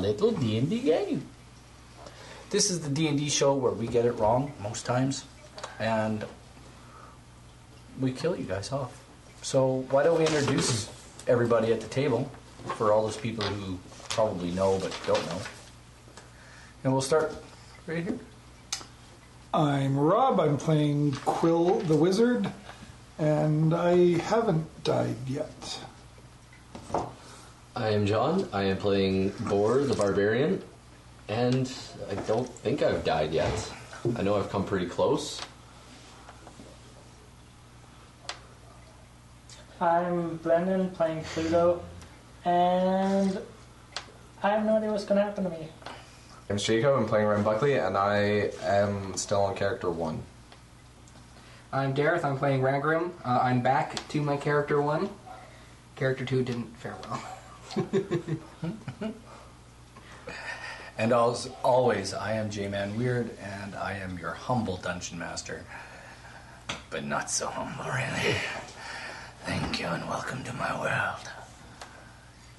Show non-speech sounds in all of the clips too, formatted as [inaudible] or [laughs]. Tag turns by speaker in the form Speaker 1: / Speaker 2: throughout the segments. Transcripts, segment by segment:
Speaker 1: D&D game. This is the D&D show where we get it wrong most times and we kill you guys off. So why don't we introduce everybody at the table for all those people who probably know but don't know. And we'll start right here.
Speaker 2: I'm Rob. I'm playing Quill the Wizard, and I haven't died yet.
Speaker 3: I am John. I am playing Boar the Barbarian, and I don't think I've died yet. I know I've come pretty close.
Speaker 4: I'm Brendan playing Pluto, and I have no idea what's going to happen to me.
Speaker 5: I'm Shiko, I'm playing Ryan Buckley, and I am still on character one.
Speaker 6: I'm Dareth. I'm playing Ragrim. Uh, I'm back to my character one. Character two didn't fare well. [laughs]
Speaker 1: And as always, I am J-Man Weird, and I am your humble dungeon master. But not so humble, really. Thank you, and welcome to my world.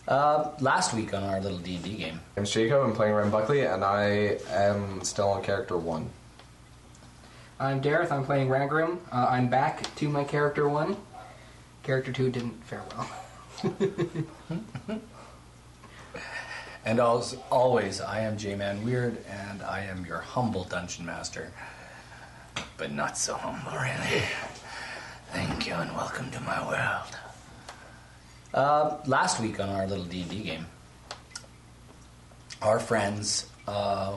Speaker 1: Uh, last week on our little D&D game,
Speaker 5: I'm Shiko, I'm playing Ryan Buckley, and I am still on character one.
Speaker 6: I'm Dareth. I'm playing Ragrim. Uh, I'm back to my character one. Character two didn't fare [laughs] well.
Speaker 1: and as always, I am J-Man Weird, and I am your humble dungeon master. But not so humble, really. Thank you, and welcome to my world. Uh, last week on our little D&D game, our friends uh,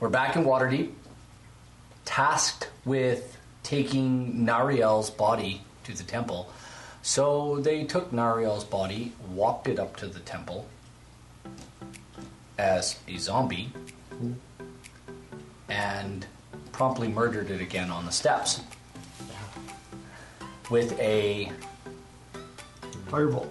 Speaker 1: were back in Waterdeep, tasked with taking Nariel's body to the temple. So they took Nariel's body, walked it up to the temple as a zombie, and promptly murdered it again on the steps with a
Speaker 2: Fireball.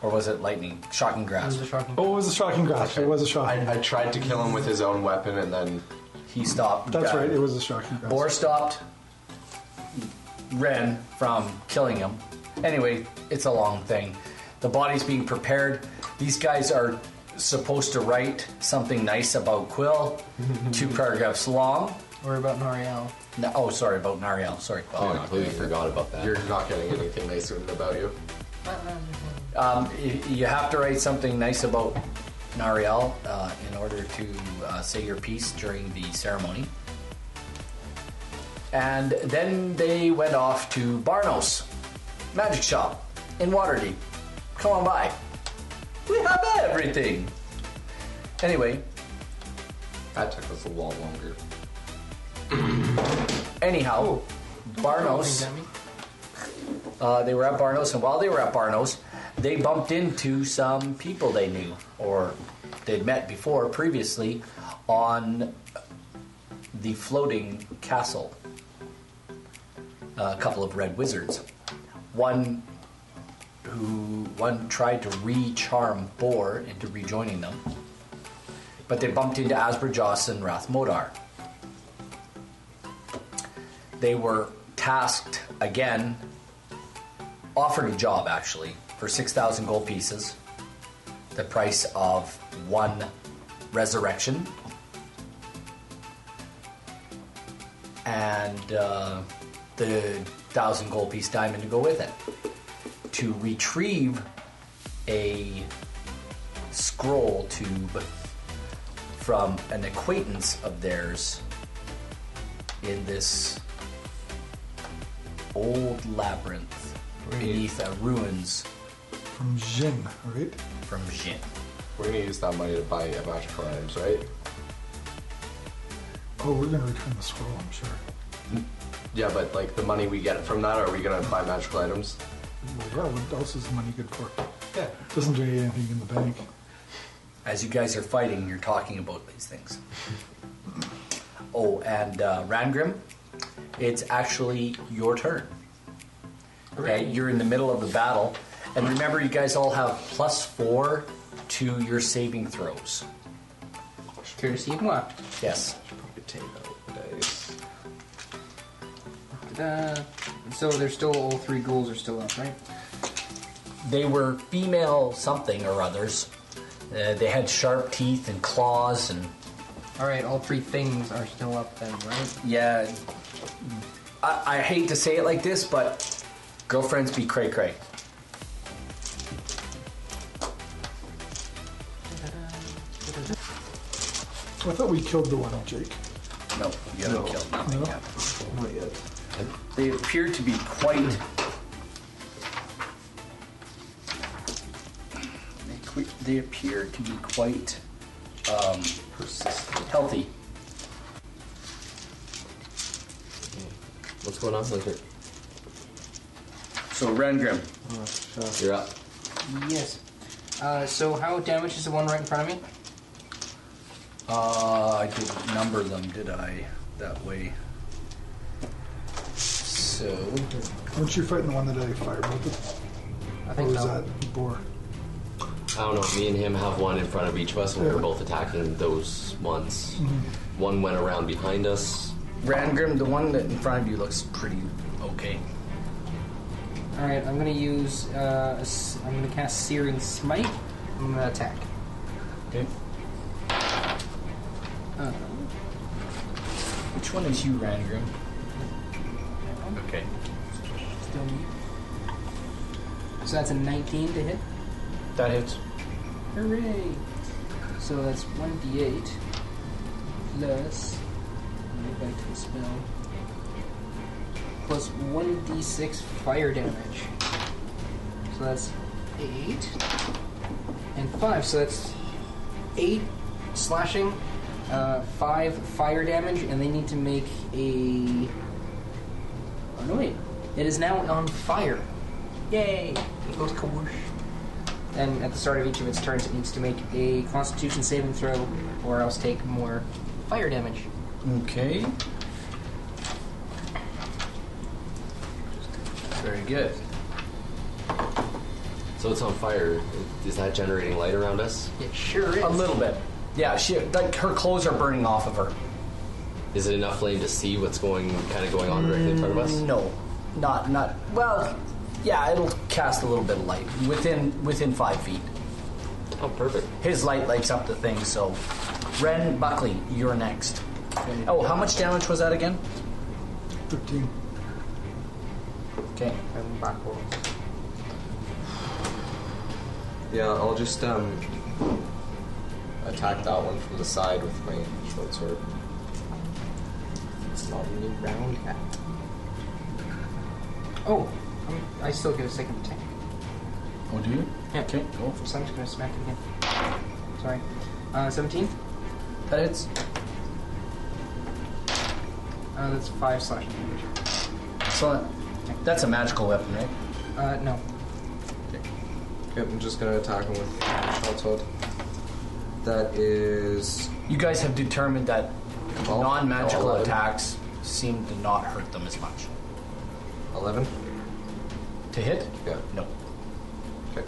Speaker 1: or was it lightning shocking
Speaker 6: That
Speaker 1: grasp?
Speaker 6: was a shocking.
Speaker 2: Oh, it was a shocking grasp. It was a shocking.
Speaker 5: I, I tried to kill him with his own weapon, and then
Speaker 1: He stopped.
Speaker 2: That's
Speaker 1: uh,
Speaker 2: right. It was a shocking grasp.
Speaker 1: Boar stopped Ren from killing him. Anyway, it's a long thing. The body's being prepared. These guys are supposed to write something nice about
Speaker 2: [laughs]
Speaker 1: Quill, two paragraphs long.
Speaker 6: Or about Nariel.
Speaker 1: No, oh, sorry, about Nariel. Sorry.
Speaker 3: Oh, I completely forgot about that.
Speaker 5: you're not getting anything nice written about you.
Speaker 1: Um, y- you have to write something nice about Nariel uh, in order to uh, say your piece during the ceremony. And then they went off to Barnos Magic Shop in Waterdeep. Come on by. We have everything. Anyway,
Speaker 5: That took us a lot longer.
Speaker 1: anyhow, Barnos. Uh, they were at Barnos, and while they were at Barnos, they bumped into some people they knew or they'd met before previously on the floating castle. A couple of red wizards. One who one tried to re-charm Boar into rejoining them, but they bumped into Asperjoss and Rathmodar they were tasked again, offered a job actually for 6,000 gold pieces, the price of one resurrection. And uh, the thousand gold piece diamond to go with it to retrieve a scroll tube from an acquaintance of theirs in this old labyrinth beneath the ruins
Speaker 2: From Jin, right?
Speaker 1: from Jin.
Speaker 5: We're gonna use that money to buy a magical items, right?
Speaker 2: Oh, we're gonna return the scroll. I'm sure.
Speaker 5: Yeah, but like the money we get from that, are we gonna buy magical items?
Speaker 2: Well, yeah. What else is the money good for?
Speaker 5: Yeah.
Speaker 2: Doesn't do anything in the bank.
Speaker 1: As you guys are fighting, you're talking about these things. [laughs] Oh, and uh, Rangrim, it's actually your turn. Okay, you're in the middle of the battle, and remember, you guys all have plus four to your saving throws.
Speaker 6: To receive moi.
Speaker 1: Yes.
Speaker 5: Probably take out dice.
Speaker 6: Uh, so there's still all three ghouls are still up, right?
Speaker 1: They were female something or others. Uh, they had sharp teeth and claws, and
Speaker 6: All right, all three things are still up then, right?
Speaker 1: yeah. I, I hate to say it like this, but girlfriends be cray cray.
Speaker 2: I thought we killed the one on Jake.
Speaker 1: No, you haven't killed nothing
Speaker 2: No.
Speaker 1: yet.
Speaker 2: Not yet.
Speaker 1: They appear to be quite. They, que- they appear to be quite um, healthy.
Speaker 3: What's going on, Lizard?
Speaker 1: So Rengrim,
Speaker 3: You're up.
Speaker 6: Yes. Uh, so how damaged is the one right in front of me?
Speaker 1: uh, I didn't number them, did I? That way. So
Speaker 2: Weren't you fighting the one that I firebolted?
Speaker 6: I
Speaker 2: Or
Speaker 6: think
Speaker 2: was
Speaker 6: so.
Speaker 2: that boar?
Speaker 3: I don't know. Me and him have one in front of each of us, and we were
Speaker 2: Yeah.
Speaker 3: both attacking those ones. One went around behind us.
Speaker 1: Rangrim, the one that in front of you looks pretty okay.
Speaker 6: All right, I'm gonna use. Uh, a s- I'm gonna cast Searing Smite. I'm gonna attack.
Speaker 1: Okay.
Speaker 6: Uh,
Speaker 1: Which one is you, Rangrim? Okay.
Speaker 6: still me. So that's a 19 to hit.
Speaker 1: That hits.
Speaker 6: Hooray! So that's 1d8 plus. Let me go back to the spell. Plus 1d6 fire damage. So that's 8. And 5, so that's 8 slashing, uh, 5 fire damage, and they need to make a. Oh no, wait. It is now on fire. Yay! It goes kawoosh. And at the start of each of its turns, it needs to make a Constitution saving throw, or else take more fire damage.
Speaker 1: Okay. Very good.
Speaker 3: So it's on fire. Is that generating light around us?
Speaker 6: It sure is.
Speaker 1: A little bit. Yeah, she like her clothes are burning off of her.
Speaker 3: Is it enough flame to see what's going, kind of going on directly in front of us?
Speaker 1: No, not not. Well, yeah, it'll cast a little bit of light within within five feet.
Speaker 3: Oh, perfect.
Speaker 1: His light lights up the thing. So, Ren Buckley, you're next. Oh, how much damage was that again?
Speaker 2: 13.
Speaker 1: Okay.
Speaker 6: And backwards.
Speaker 5: Yeah, I'll just um attack that one from the side with my short sword.
Speaker 6: It's not really round at. Oh, I'm, I still get a second attack.
Speaker 1: Oh, do you?
Speaker 6: Yeah.
Speaker 1: Okay, cool.
Speaker 6: So I'm just gonna smack it again. Sorry. Uh, 17.
Speaker 1: That hits.
Speaker 6: Uh, that's five slashing damage.
Speaker 1: Excellent. That's a magical weapon, right?
Speaker 6: Uh, no.
Speaker 5: Yep, I'm just gonna attack him with my short sword. That is
Speaker 1: You guys have determined that
Speaker 5: Well,
Speaker 1: non-magical
Speaker 5: well,
Speaker 1: attacks seem to not hurt them as much.
Speaker 5: eleven.
Speaker 1: To hit?
Speaker 5: Yeah.
Speaker 1: No.
Speaker 5: Okay.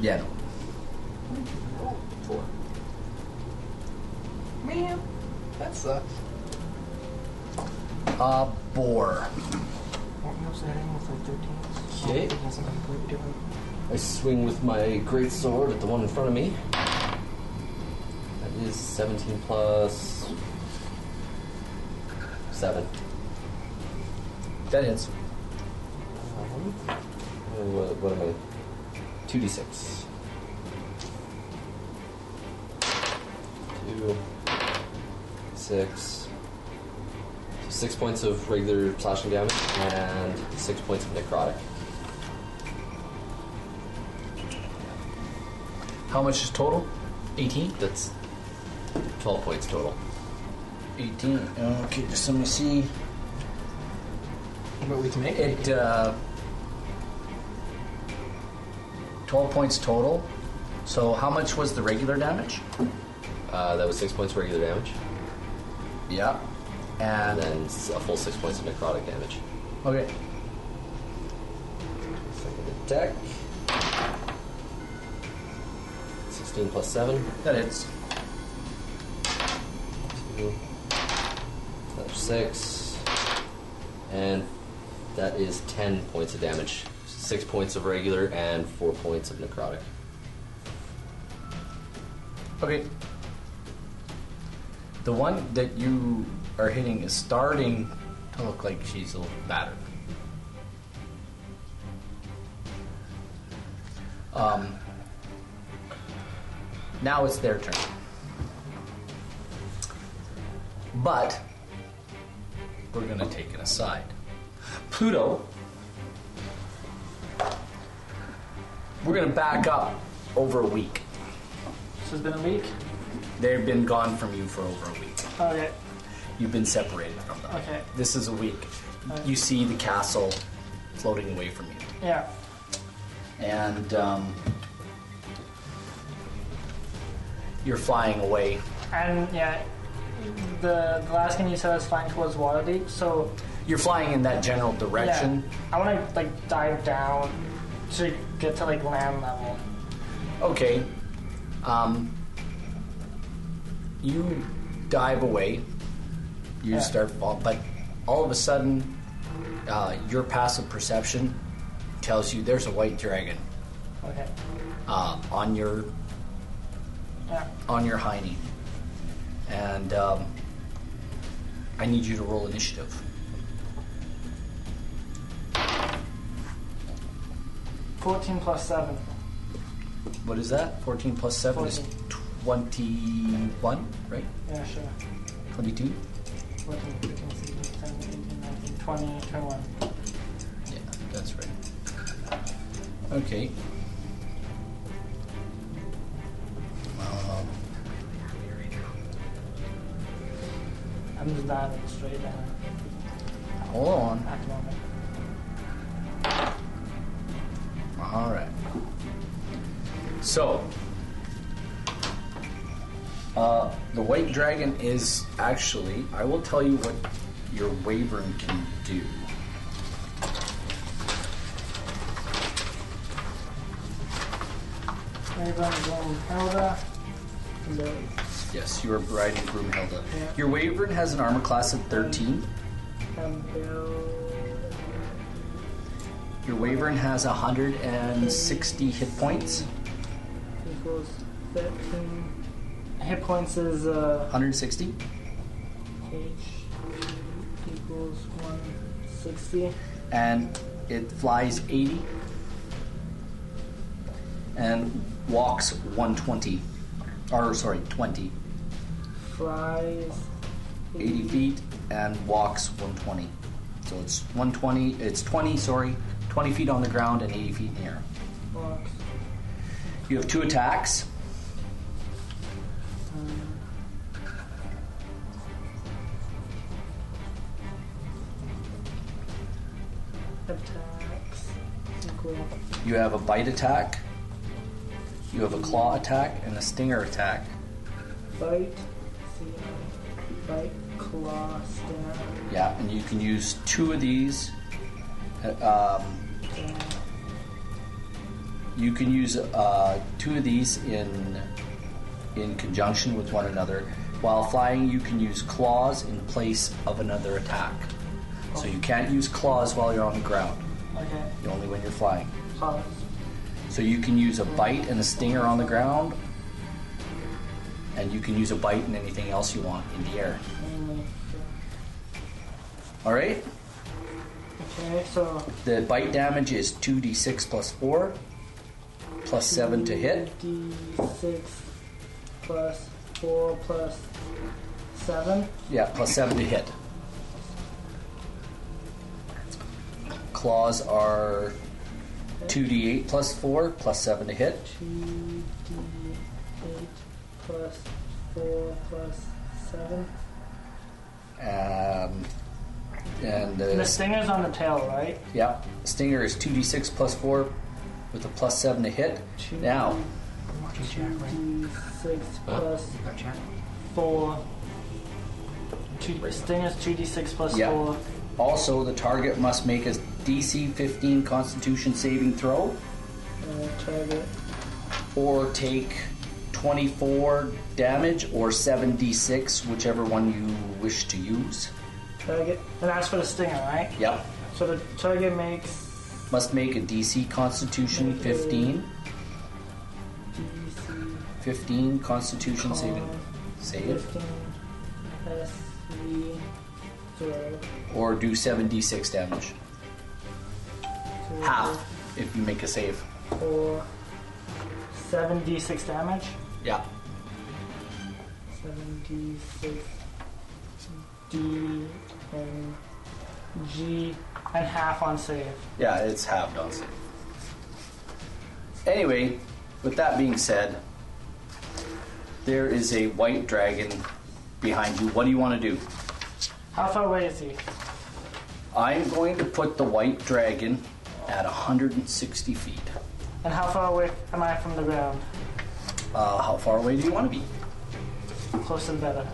Speaker 1: Yeah, no.
Speaker 5: Four.
Speaker 6: Man, that sucks.
Speaker 1: Uh, boar.
Speaker 6: What was that animal for 13?
Speaker 3: Okay.
Speaker 6: Oh, that's something completely different.
Speaker 3: I swing with my great sword at the one in front of me. That is 17 plus 7.
Speaker 1: That hits.
Speaker 3: Um, what, what am I? 2d6. 2, 6. 6 points of regular slashing damage and 6 points of necrotic.
Speaker 1: How much is total? 18?
Speaker 3: That's 12 points total.
Speaker 1: 18. Okay, just let me see.
Speaker 6: But we can make it.
Speaker 1: It, uh... 12 points total. So how much was the regular damage?
Speaker 3: Uh, that was 6 points regular damage
Speaker 1: Yeah.
Speaker 3: and
Speaker 1: And, uh,
Speaker 3: then s- a full 6 points of necrotic damage.
Speaker 1: okay.
Speaker 3: Second attack. 16 plus 7.
Speaker 1: That hits.
Speaker 3: Two. Another 6. And that is 10 points of damage. 6 points of regular and 4 points of necrotic.
Speaker 1: Okay. The one that you are hitting is starting to look like she's a little battered. Um, now it's their turn. But we're going to take it aside. Pluto, we're going to back up over a week.
Speaker 4: This has been a week.
Speaker 1: They've been gone from you for over a week.
Speaker 4: Okay.
Speaker 1: You've been separated from them.
Speaker 4: Okay.
Speaker 1: This is a week. You see the castle floating away from you.
Speaker 4: Yeah.
Speaker 1: and um, you're flying away.
Speaker 4: And yeah, the, the last thing you said I was flying towards water deep, so
Speaker 1: You're flying in that general direction.
Speaker 4: yeah, I want to like dive down to get to like land level.
Speaker 1: Okay. Um, you dive away. You
Speaker 4: Yeah.
Speaker 1: start fall, but all of a sudden, uh, your passive perception tells you there's a white dragon
Speaker 4: Okay.
Speaker 1: uh, on your
Speaker 4: Yeah.
Speaker 1: on your hiney, and um, I need you to roll initiative.
Speaker 4: Fourteen plus seven.
Speaker 1: What is that? 14 plus 7 is 21, right?
Speaker 4: Yeah, sure.
Speaker 1: 22?
Speaker 4: 14, 15, 16, 17, 18, 19, 20, 21.
Speaker 1: Yeah, that's right. Okay. Um,
Speaker 4: I'm just diving straight down
Speaker 1: hold on.
Speaker 4: at the moment.
Speaker 1: All right. So, uh, the white dragon is actually, I will tell you what your wavern can do.
Speaker 4: Raven, Bloom, Hilda. Hello.
Speaker 1: Yes, you are riding Broomhilda.
Speaker 4: Yeah.
Speaker 1: Your wavern has an armor class of 13. Your Wyvern has 160 hit points.
Speaker 4: equals 13. Hit points is uh,
Speaker 1: 160?
Speaker 4: H equals 160.
Speaker 1: And it flies 80. And walks 120. Or, sorry, 20.
Speaker 4: Flies
Speaker 1: 80 feet and walks 120. So it's 120, it's 20, sorry, 20 feet on the ground and 80 feet in the air.
Speaker 4: Walks.
Speaker 1: You have two attacks.
Speaker 4: Um, attacks equal.
Speaker 1: You have a bite attack, you have a claw attack, and a stinger attack.
Speaker 4: Bite, see, bite, claw, stab,
Speaker 1: Yeah, and you can use two of these. Uh, Um,
Speaker 4: stab.
Speaker 1: you can use uh, two of these in in conjunction with one another. While flying, you can use claws in place of another attack. So you can't use claws while you're on the ground.
Speaker 4: Okay,
Speaker 1: You only when you're flying.
Speaker 4: pause.
Speaker 1: So you can use a bite and a stinger on the ground, and you can use a bite and anything else you want in the air.
Speaker 4: Mainly.
Speaker 1: All right.
Speaker 4: Okay, so
Speaker 1: The bite damage is 2d6 plus 4, plus 7 to hit.
Speaker 4: D6 plus 4 plus 7.
Speaker 1: Yeah, plus 7 to hit. Claws are 2d8 plus 4, plus 7 to hit.
Speaker 4: 2d8 plus 4 plus 7.
Speaker 1: Um, and
Speaker 4: And
Speaker 1: uh,
Speaker 4: the stinger's on the tail, right?
Speaker 1: yeah, stinger is 2d6 plus 4 with a plus 7 to hit.
Speaker 4: Two
Speaker 1: Now,
Speaker 6: I'm watching Jack, right?
Speaker 4: D6 plus
Speaker 6: You got Jack?
Speaker 4: 4. Two, stinger's 2d6 plus
Speaker 1: Yeah.
Speaker 4: 4.
Speaker 1: also the target must make a DC 15 constitution saving throw
Speaker 4: Uh, target.
Speaker 1: or take 24 damage or 7d6, whichever one you wish to use.
Speaker 4: Target. And that's for the stinger, right?
Speaker 1: Yep.
Speaker 4: So the target makes
Speaker 1: Must make a DC Constitution 15,
Speaker 4: DC
Speaker 1: 15 Constitution saving. Save.
Speaker 4: 15 plus 3, 12,
Speaker 1: Or do 7d6 damage.
Speaker 4: 12,
Speaker 1: Half if you make a save.
Speaker 4: 4, 7d6 damage.
Speaker 1: Yeah.
Speaker 4: 7d6 D and G and half on save.
Speaker 1: Yeah, it's halved on save. Anyway, with that being said, there is a white dragon behind you. What do you want to do?
Speaker 4: How far away is he?
Speaker 1: I'm going to put the white dragon at 160 feet.
Speaker 4: And how far away am I from the ground?
Speaker 1: Uh, how far away do you want to be?
Speaker 4: Closer the better.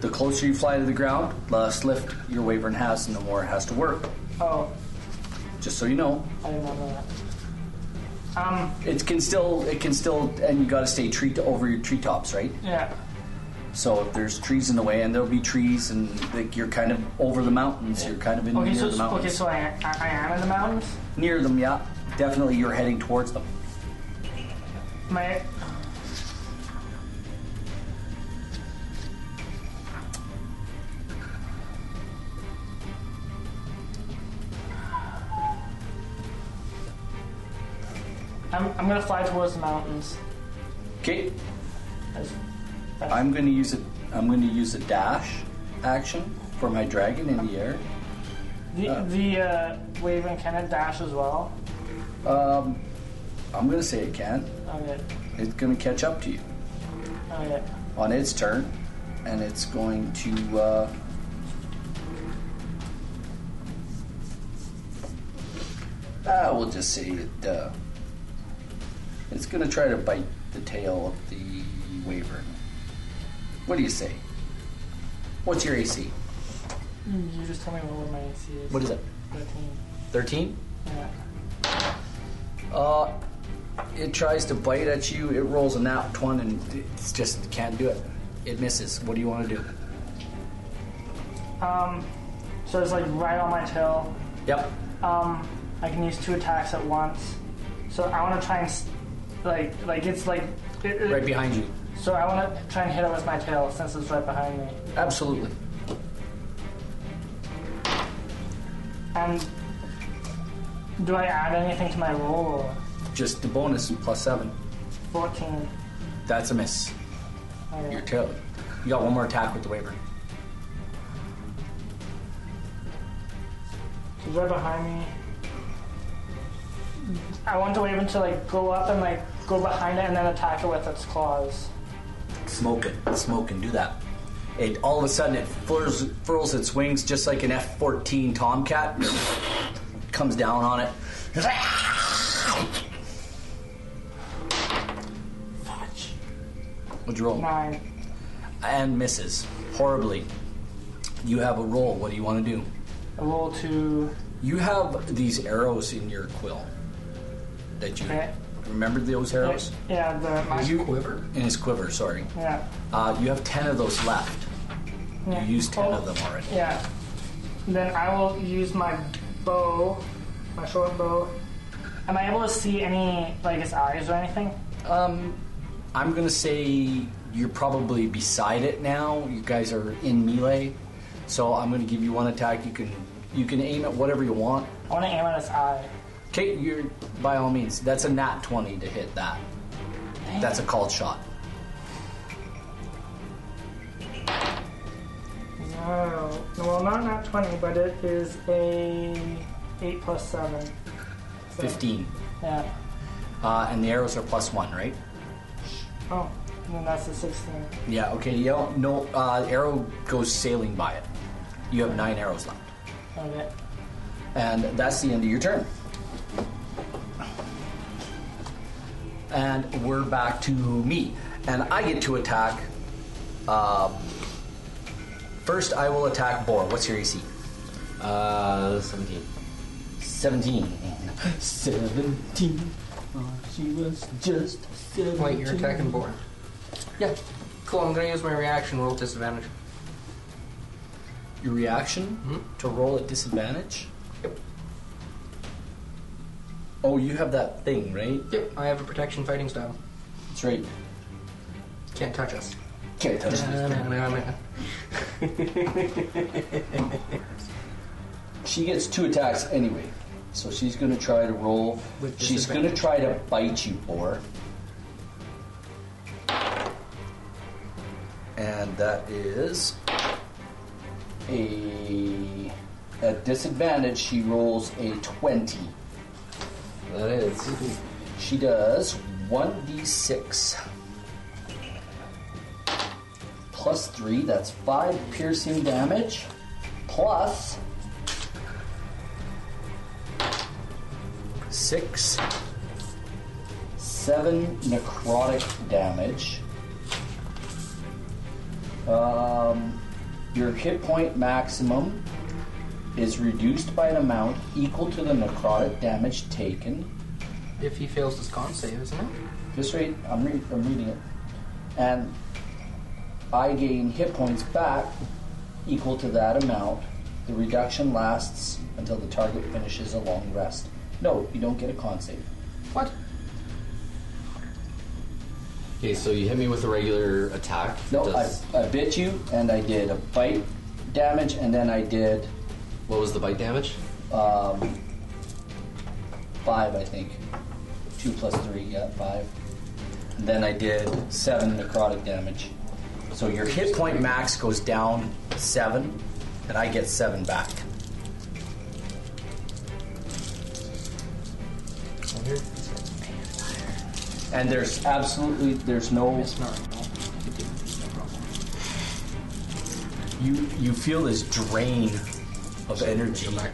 Speaker 1: The closer you fly to the ground, less lift your Wavern has and the more it has to work.
Speaker 4: Oh,
Speaker 1: Just so you know,
Speaker 4: I didn't know that. Um,
Speaker 1: it can still, it can still, and you got to stay tree over your treetops, right?
Speaker 4: yeah.
Speaker 1: So if there's trees in the way, and there'll be trees, and like you're kind of over the mountains, you're kind of in
Speaker 4: Okay,
Speaker 1: near
Speaker 4: so
Speaker 1: the
Speaker 4: okay,
Speaker 1: mountains.
Speaker 4: so I, I, I am in the mountains.
Speaker 1: Near them, yeah. Definitely, you're heading towards them.
Speaker 4: My I'm, I'm gonna fly towards the mountains.
Speaker 1: Okay,
Speaker 4: That's- that's-
Speaker 1: I'm going to use a, I'm going to use a dash action for my dragon in the air.
Speaker 4: the the uh, wave and can it dash as well.
Speaker 1: Um, I'm going to say it can.
Speaker 4: Okay,
Speaker 1: It's going to catch up to you
Speaker 4: okay.
Speaker 1: on its turn, and it's going to. Uh, Ah, we'll just say it. Uh, it's gonna try to bite the tail of the wyvern. What do you say? What's your AC?
Speaker 4: You just tell me what my AC is.
Speaker 1: What is it?
Speaker 4: Thirteen.
Speaker 1: Thirteen.
Speaker 4: Yeah.
Speaker 1: Uh, it tries to bite at you. It rolls a nat one, and it's just can't do it. It misses. What do you want to do?
Speaker 4: Um, so it's like right on my tail.
Speaker 1: Yep.
Speaker 4: Um, I can use two attacks at once. So I want to try and s- like like it's like it, it-
Speaker 1: Right behind you.
Speaker 4: So I want to try and hit it with my tail since it's right behind me.
Speaker 1: Absolutely.
Speaker 4: And do I add anything to my roll? Or
Speaker 1: Just the bonus plus seven.
Speaker 4: Fourteen.
Speaker 1: That's a miss.
Speaker 4: Okay.
Speaker 1: You're toad. You got one more attack with the waiver.
Speaker 4: He's right behind me. I want the Raven to like go up and like go behind it and then attack it with its claws.
Speaker 1: Smoke it. Smoke and do that. It all of a sudden it furls, furls its wings just like an F-14 Tomcat. [coughs] Comes down on it.
Speaker 4: Fudge.
Speaker 1: What'd you roll?
Speaker 4: Nine.
Speaker 1: And misses horribly. You have a roll. What do you want to do?
Speaker 4: I roll two.
Speaker 1: You have these arrows in your quill. That you
Speaker 4: Okay.
Speaker 1: remember those arrows
Speaker 4: Yeah, the my,
Speaker 1: You- in his quiver. Sorry.
Speaker 4: yeah.
Speaker 1: Uh, you have ten of those left.
Speaker 4: yeah.
Speaker 1: You used ten
Speaker 4: Oh,
Speaker 1: of them already.
Speaker 4: Yeah. Then I will use my bow, my short bow. Am I able to see any like its eyes or anything?
Speaker 1: Um, I'm gonna say you're probably beside it now. You guys are in melee, so I'm gonna give you one attack. You can you can aim at whatever you want.
Speaker 4: I want to aim at its eye.
Speaker 1: Okay, you're by all means. That's a nat twenty to hit that. That's a called shot.
Speaker 4: No. Well, not not twenty, but it is a eight plus seven. So,
Speaker 1: Fifteen,
Speaker 4: Yeah.
Speaker 1: uh, and the arrows are plus one, right?
Speaker 4: Oh, and then that's a sixteen.
Speaker 1: Yeah. Okay. You don't, no uh, arrow goes sailing by it. You have nine arrows left,
Speaker 4: Okay.
Speaker 1: and that's the end of your turn. And we're back to me, and I get to attack. Uh, first, I will attack Boar. What's your AC?
Speaker 3: Uh, 17.
Speaker 1: [laughs] 17. 17. Oh, she was just 17.
Speaker 6: Wait, you're attacking boar.
Speaker 1: Yeah.
Speaker 6: Cool. I'm gonna use my reaction roll disadvantage.
Speaker 1: Your reaction to roll at disadvantage?
Speaker 6: Yep.
Speaker 1: Oh, you have that thing, right?
Speaker 6: Yep, I have a protection fighting style.
Speaker 1: It's right.
Speaker 6: Can't touch us. Uh,
Speaker 1: Can't touch this. She gets two attacks anyway, so she's gonna try to roll.
Speaker 6: With
Speaker 1: she's gonna try
Speaker 6: disadvantage.
Speaker 1: to bite you, boar. And that is a at disadvantage. She rolls a twenty.
Speaker 3: That is.
Speaker 1: She does 1d6 plus 3, that's 5 piercing damage, plus 6, 7 necrotic damage. Um, your hit point maximum is reduced by an amount equal to the necrotic damage taken.
Speaker 6: If he fails his con save, isn't it?
Speaker 1: Just read. I'm, re- I'm reading it. And I gain hit points back equal to that amount. The reduction lasts until the target finishes a long rest. No, you don't get a con save.
Speaker 6: What?
Speaker 3: Okay, so you hit me with a regular attack.
Speaker 1: No,
Speaker 3: Does-
Speaker 1: I, I bit you, and I did a bite damage, and then I did
Speaker 3: What was the bite damage?
Speaker 1: um, five, I think. Two plus three, yeah, five. And then I did seven necrotic damage. So your hit point max goes down seven, and I get seven back. And there's absolutely there's no
Speaker 6: It's not. No. I could deal with these, no problem.
Speaker 1: you you feel this drain of energy
Speaker 3: Not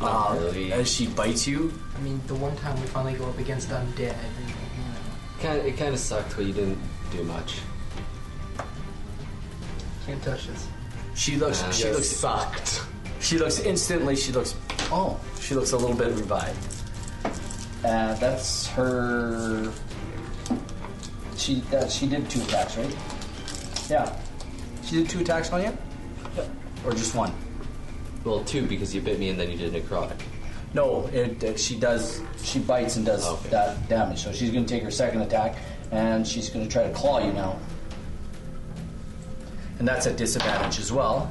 Speaker 1: uh,
Speaker 3: really.
Speaker 1: as she bites you.
Speaker 6: I mean, the one time we finally go up against undead, and, you know,
Speaker 3: Kind it kind of sucked, but you didn't do much.
Speaker 6: can't touch us.
Speaker 1: She looks.
Speaker 3: Yeah.
Speaker 1: she
Speaker 3: Yes.
Speaker 1: looks sucked. She looks instantly. She looks. Oh, she looks a little bit revived. Uh, that's her. She that she did two attacks, right? Yeah. She did two attacks on you. Yep. Or just one?
Speaker 3: Well, two because you bit me and then you did necrotic.
Speaker 1: No. It, uh, she does. She bites and does
Speaker 3: Okay.
Speaker 1: that damage. So she's going to take her second attack, and she's going to try to claw you now. And that's at disadvantage as well.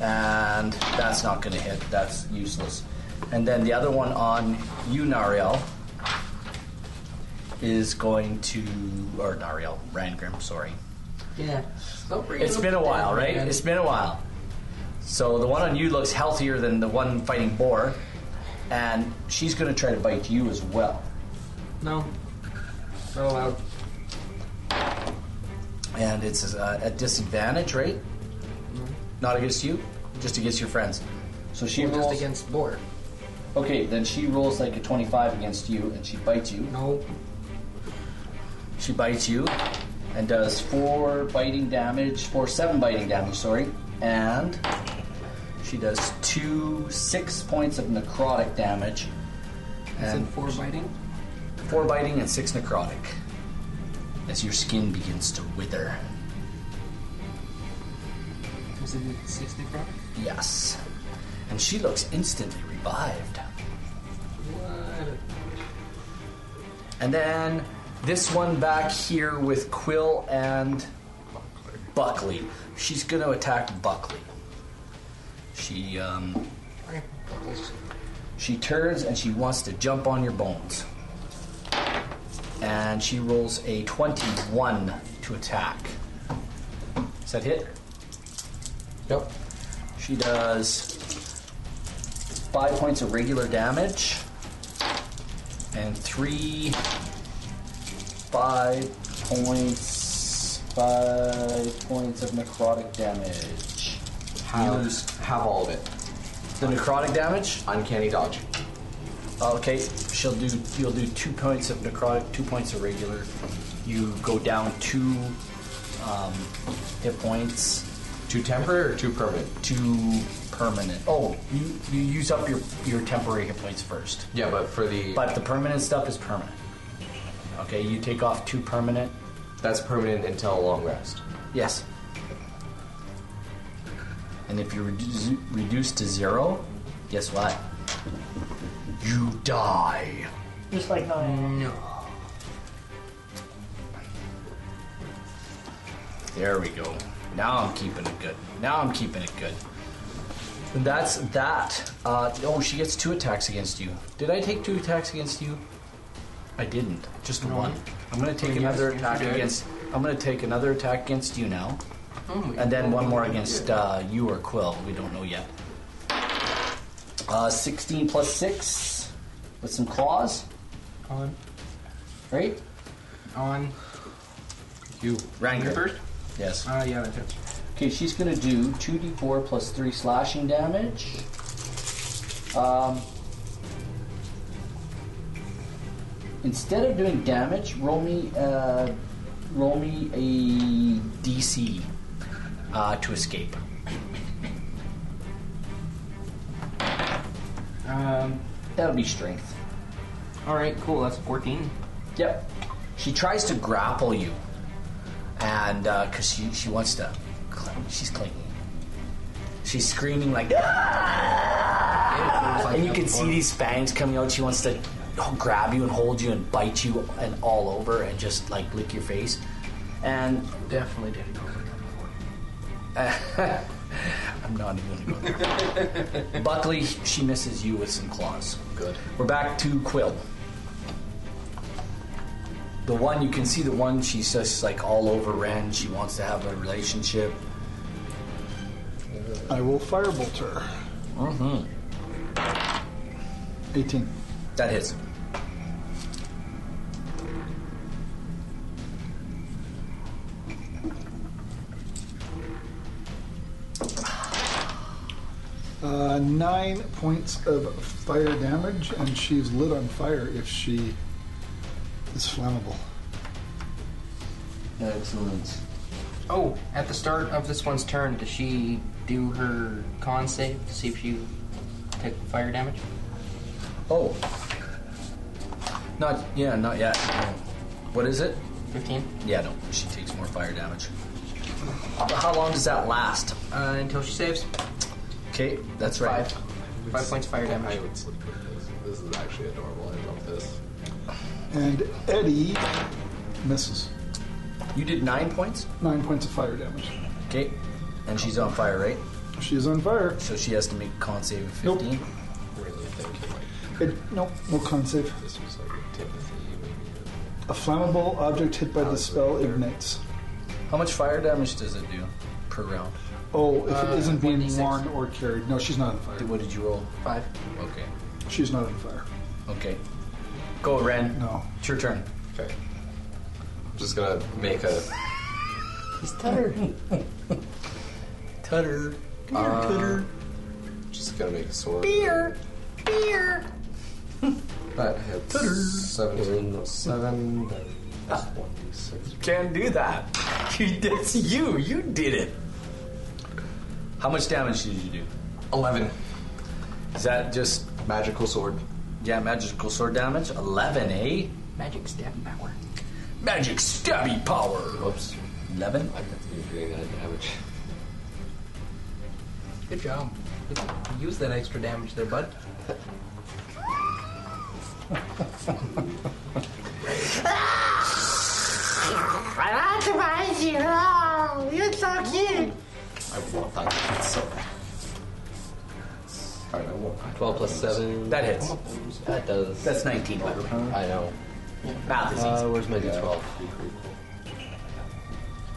Speaker 1: And that's not going to hit. That's useless. And then the other one on you, Nariel, is going to. Or Nariel, Rangrim, sorry.
Speaker 6: Yeah.
Speaker 1: It's been a while, right? It's been a while. So the one on you looks healthier than the one fighting Boar. And she's going to try to bite you as well.
Speaker 6: No. Not allowed.
Speaker 1: And it's uh, a disadvantage, right? Not against you, just against your friends. So she
Speaker 6: Or just
Speaker 1: rolls.
Speaker 6: against boar.
Speaker 1: Okay, then she rolls like a 25 against you, and she bites you.
Speaker 6: No.
Speaker 1: She bites you, and does four biting damage, four seven biting damage. Sorry, and she does two six points of necrotic damage,
Speaker 6: Is it
Speaker 1: and
Speaker 6: four biting?
Speaker 1: four biting and six necrotic. As your skin begins to wither.
Speaker 6: Is it six necrotic?
Speaker 1: Yes, and she looks instantly revived.
Speaker 6: What?
Speaker 1: And then this one back here with Quill and Buckley. She's going to attack Buckley. She um, she turns and she wants to jump on your bones. And she rolls a 21 to attack. Is that hit?
Speaker 3: Yep.
Speaker 1: She does five points of regular damage and three, five points, five points of necrotic damage.
Speaker 5: Have,
Speaker 1: Used.
Speaker 5: have all of it.
Speaker 1: The necrotic damage.
Speaker 5: Uncanny dodge.
Speaker 1: Okay, she'll do. You'll do two points of necrotic, two points of regular. You go down two um, hit points.
Speaker 5: Two temporary or two permanent?
Speaker 1: Two permanent. Oh, you you use up your your temporary hit points first.
Speaker 5: Yeah, but for the
Speaker 1: But the permanent stuff is permanent. Okay, you take off two permanent.
Speaker 5: that's permanent until a long rest.
Speaker 1: Yes. And if you reduce, reduce to zero, guess what? You die.
Speaker 4: Just like no.
Speaker 6: No.
Speaker 1: There we go. Now I'm keeping it good. Now I'm keeping it good. And that's that. Uh, oh, she gets two attacks against you. Did I take two attacks against you? I didn't. Just one. I'm gonna take another
Speaker 6: yes,
Speaker 1: attack
Speaker 6: you did.
Speaker 1: against. I'm gonna take another attack against you now,
Speaker 6: Oh my
Speaker 1: and then one more against uh, you or Quill. We don't know yet. Uh, 16 plus six with some claws,
Speaker 6: On.
Speaker 1: right?
Speaker 6: On.
Speaker 5: You.
Speaker 1: Ranger.
Speaker 6: You first?
Speaker 1: Yes.
Speaker 6: Uh, yeah, that fits.
Speaker 1: Okay, she's gonna do 2d4 plus 3 slashing damage. Um, instead of doing damage, roll me, uh, roll me a DC uh, to escape.
Speaker 6: Um,
Speaker 1: That would be strength.
Speaker 6: alright, cool. That's a 14.
Speaker 1: Yep. She tries to grapple you, and because she she wants to, cling, she's clinging. She's screaming like, "Ah!" and you can see these fangs coming out. She wants to grab you and hold you and bite you and all over and just like lick your face. And
Speaker 6: Definitely didn't overcome before.
Speaker 1: I'm not even going to go there. Luckily, she misses you with some claws.
Speaker 3: Good.
Speaker 1: We're back to Quill. The one you can see, the one she's just like all over Ren. She wants to have a relationship.
Speaker 2: I will firebolt her.
Speaker 1: Mm-hmm.
Speaker 2: 18.
Speaker 1: That hits.
Speaker 2: Uh, nine points of fire damage, and she's lit on fire if she is flammable.
Speaker 1: Excellent.
Speaker 6: Oh, at the start of this one's turn, does she do her con save to see if she took fire damage?
Speaker 1: Oh. Not yeah, not yet. No. What is it?
Speaker 6: 15?
Speaker 1: Yeah, no. She takes more fire damage. But how long does that last?
Speaker 6: Uh, until she saves.
Speaker 1: Okay, that's right.
Speaker 6: Five. Five points of fire
Speaker 3: I
Speaker 6: damage.
Speaker 3: would sleep with this. This is actually adorable. I love this.
Speaker 2: And Eddie misses.
Speaker 1: You did nine points.
Speaker 2: Nine points of fire damage.
Speaker 1: Okay, and she's on fire, right?
Speaker 2: She is on fire.
Speaker 1: So she has to make a con save of
Speaker 2: Nope.
Speaker 1: fifteen.
Speaker 3: Really thinking like
Speaker 2: It, nope, no con save.
Speaker 3: this was like a Timothy maybe.
Speaker 2: A flammable object hit by the spell ignites.
Speaker 1: How much fire damage does it do per round?
Speaker 2: Oh, if
Speaker 6: Uh,
Speaker 2: it isn't being
Speaker 6: 1d6.
Speaker 2: worn or carried. No, she's not on fire.
Speaker 1: What did you roll?
Speaker 6: Five.
Speaker 1: Okay.
Speaker 2: She's not on fire.
Speaker 1: Okay. Go, Ren.
Speaker 2: No.
Speaker 1: It's your turn.
Speaker 3: Okay. I'm just gonna make a.
Speaker 1: He's Tutter. tutter. Come here, Tutter.
Speaker 3: Just gonna make a sword.
Speaker 1: Beer. Beer.
Speaker 5: [laughs] That hits.
Speaker 1: Ta-da.
Speaker 5: Seventeen plus seven. That is Twenty-six.
Speaker 1: Can't do that. [laughs] You- That's you. You did it. How much damage did you do?
Speaker 5: Eleven.
Speaker 1: Is that just,
Speaker 5: Magical sword.
Speaker 1: yeah, magical sword damage? 11, eh?
Speaker 6: Magic stab power.
Speaker 1: Magic stabby power.
Speaker 3: Whoops.
Speaker 1: 11?
Speaker 3: I continued doing that damage.
Speaker 6: Good job. Good- Use that extra damage there, bud.
Speaker 3: I want that so
Speaker 5: Alright, I won't.
Speaker 3: 12 plus 7.
Speaker 1: That hits.
Speaker 3: That does.
Speaker 1: That's 19, by the way.
Speaker 3: I know.
Speaker 1: Math is
Speaker 3: Uh,
Speaker 1: easy.
Speaker 3: where's my
Speaker 5: Yeah.
Speaker 3: d12?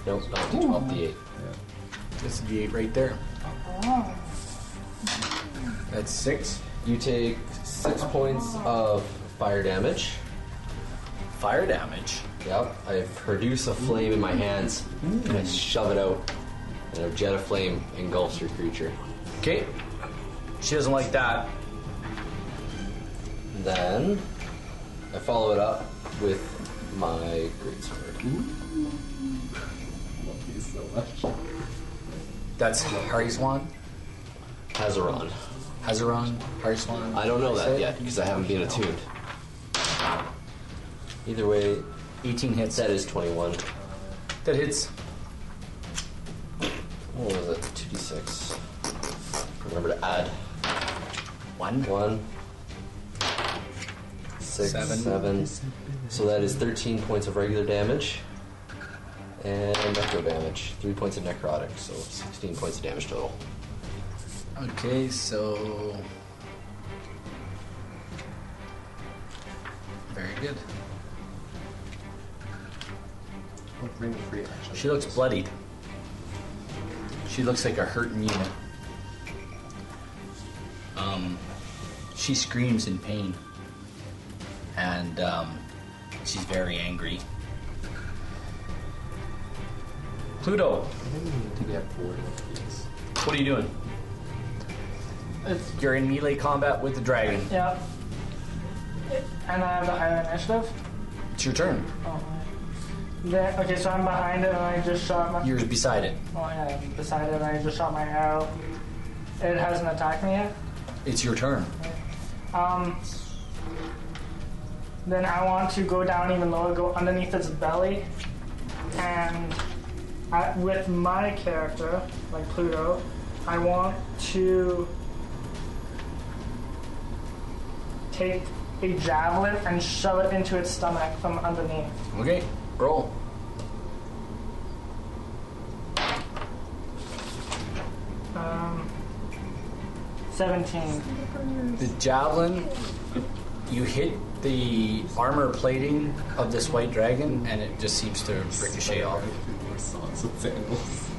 Speaker 3: Nope, not d12, d8.
Speaker 1: That's a D8 right there. That's six.
Speaker 3: You take 6 points of fire damage.
Speaker 1: Fire damage.
Speaker 3: Yep, I produce a flame in my hands and I shove it out. And a jet of flame engulfs your creature.
Speaker 1: Okay. She doesn't like that.
Speaker 3: Then I follow it up with my greatsword. Love these so much.
Speaker 1: That's Hariswan?
Speaker 3: Hazaron.
Speaker 1: Hazaron? Hariswan?
Speaker 3: I don't know that yet because I haven't been attuned. Either way,
Speaker 1: 18 hits.
Speaker 3: that is 21.
Speaker 1: That hits.
Speaker 3: What was it? 2d6. Remember to add
Speaker 1: One.
Speaker 3: one. six,
Speaker 7: Seven.
Speaker 3: seven. So that is 13 points of regular damage and necro damage. Three points of necrotic, so 16 points of damage total.
Speaker 7: Okay, so. Very good.
Speaker 5: Bring the free action.
Speaker 1: She looks bloodied. She looks like a hurting unit. Um, she screams in pain. And um, she's very angry. Pluto,
Speaker 5: I think we need to get bored of these.
Speaker 1: what are you doing?
Speaker 4: It's
Speaker 1: You're in melee combat with the dragon.
Speaker 4: yeah. And I have the higher initiative.
Speaker 1: It's your turn.
Speaker 4: Oh. Then, okay, so I'm behind it, and I just shot my.
Speaker 1: You're beside it.
Speaker 4: Oh yeah, I'm beside it, and I just shot my arrow. It hasn't attacked me yet.
Speaker 1: It's your turn.
Speaker 4: Um, then I want to go down even lower, go underneath its belly, and I, with my character, like Pluto, I want to take a javelin and shove it into its stomach from underneath.
Speaker 1: Okay, roll.
Speaker 4: Um, 17.
Speaker 1: The javelin, you hit the armor plating of this white dragon, and it just seems to ricochet off.
Speaker 5: Songs with sandals.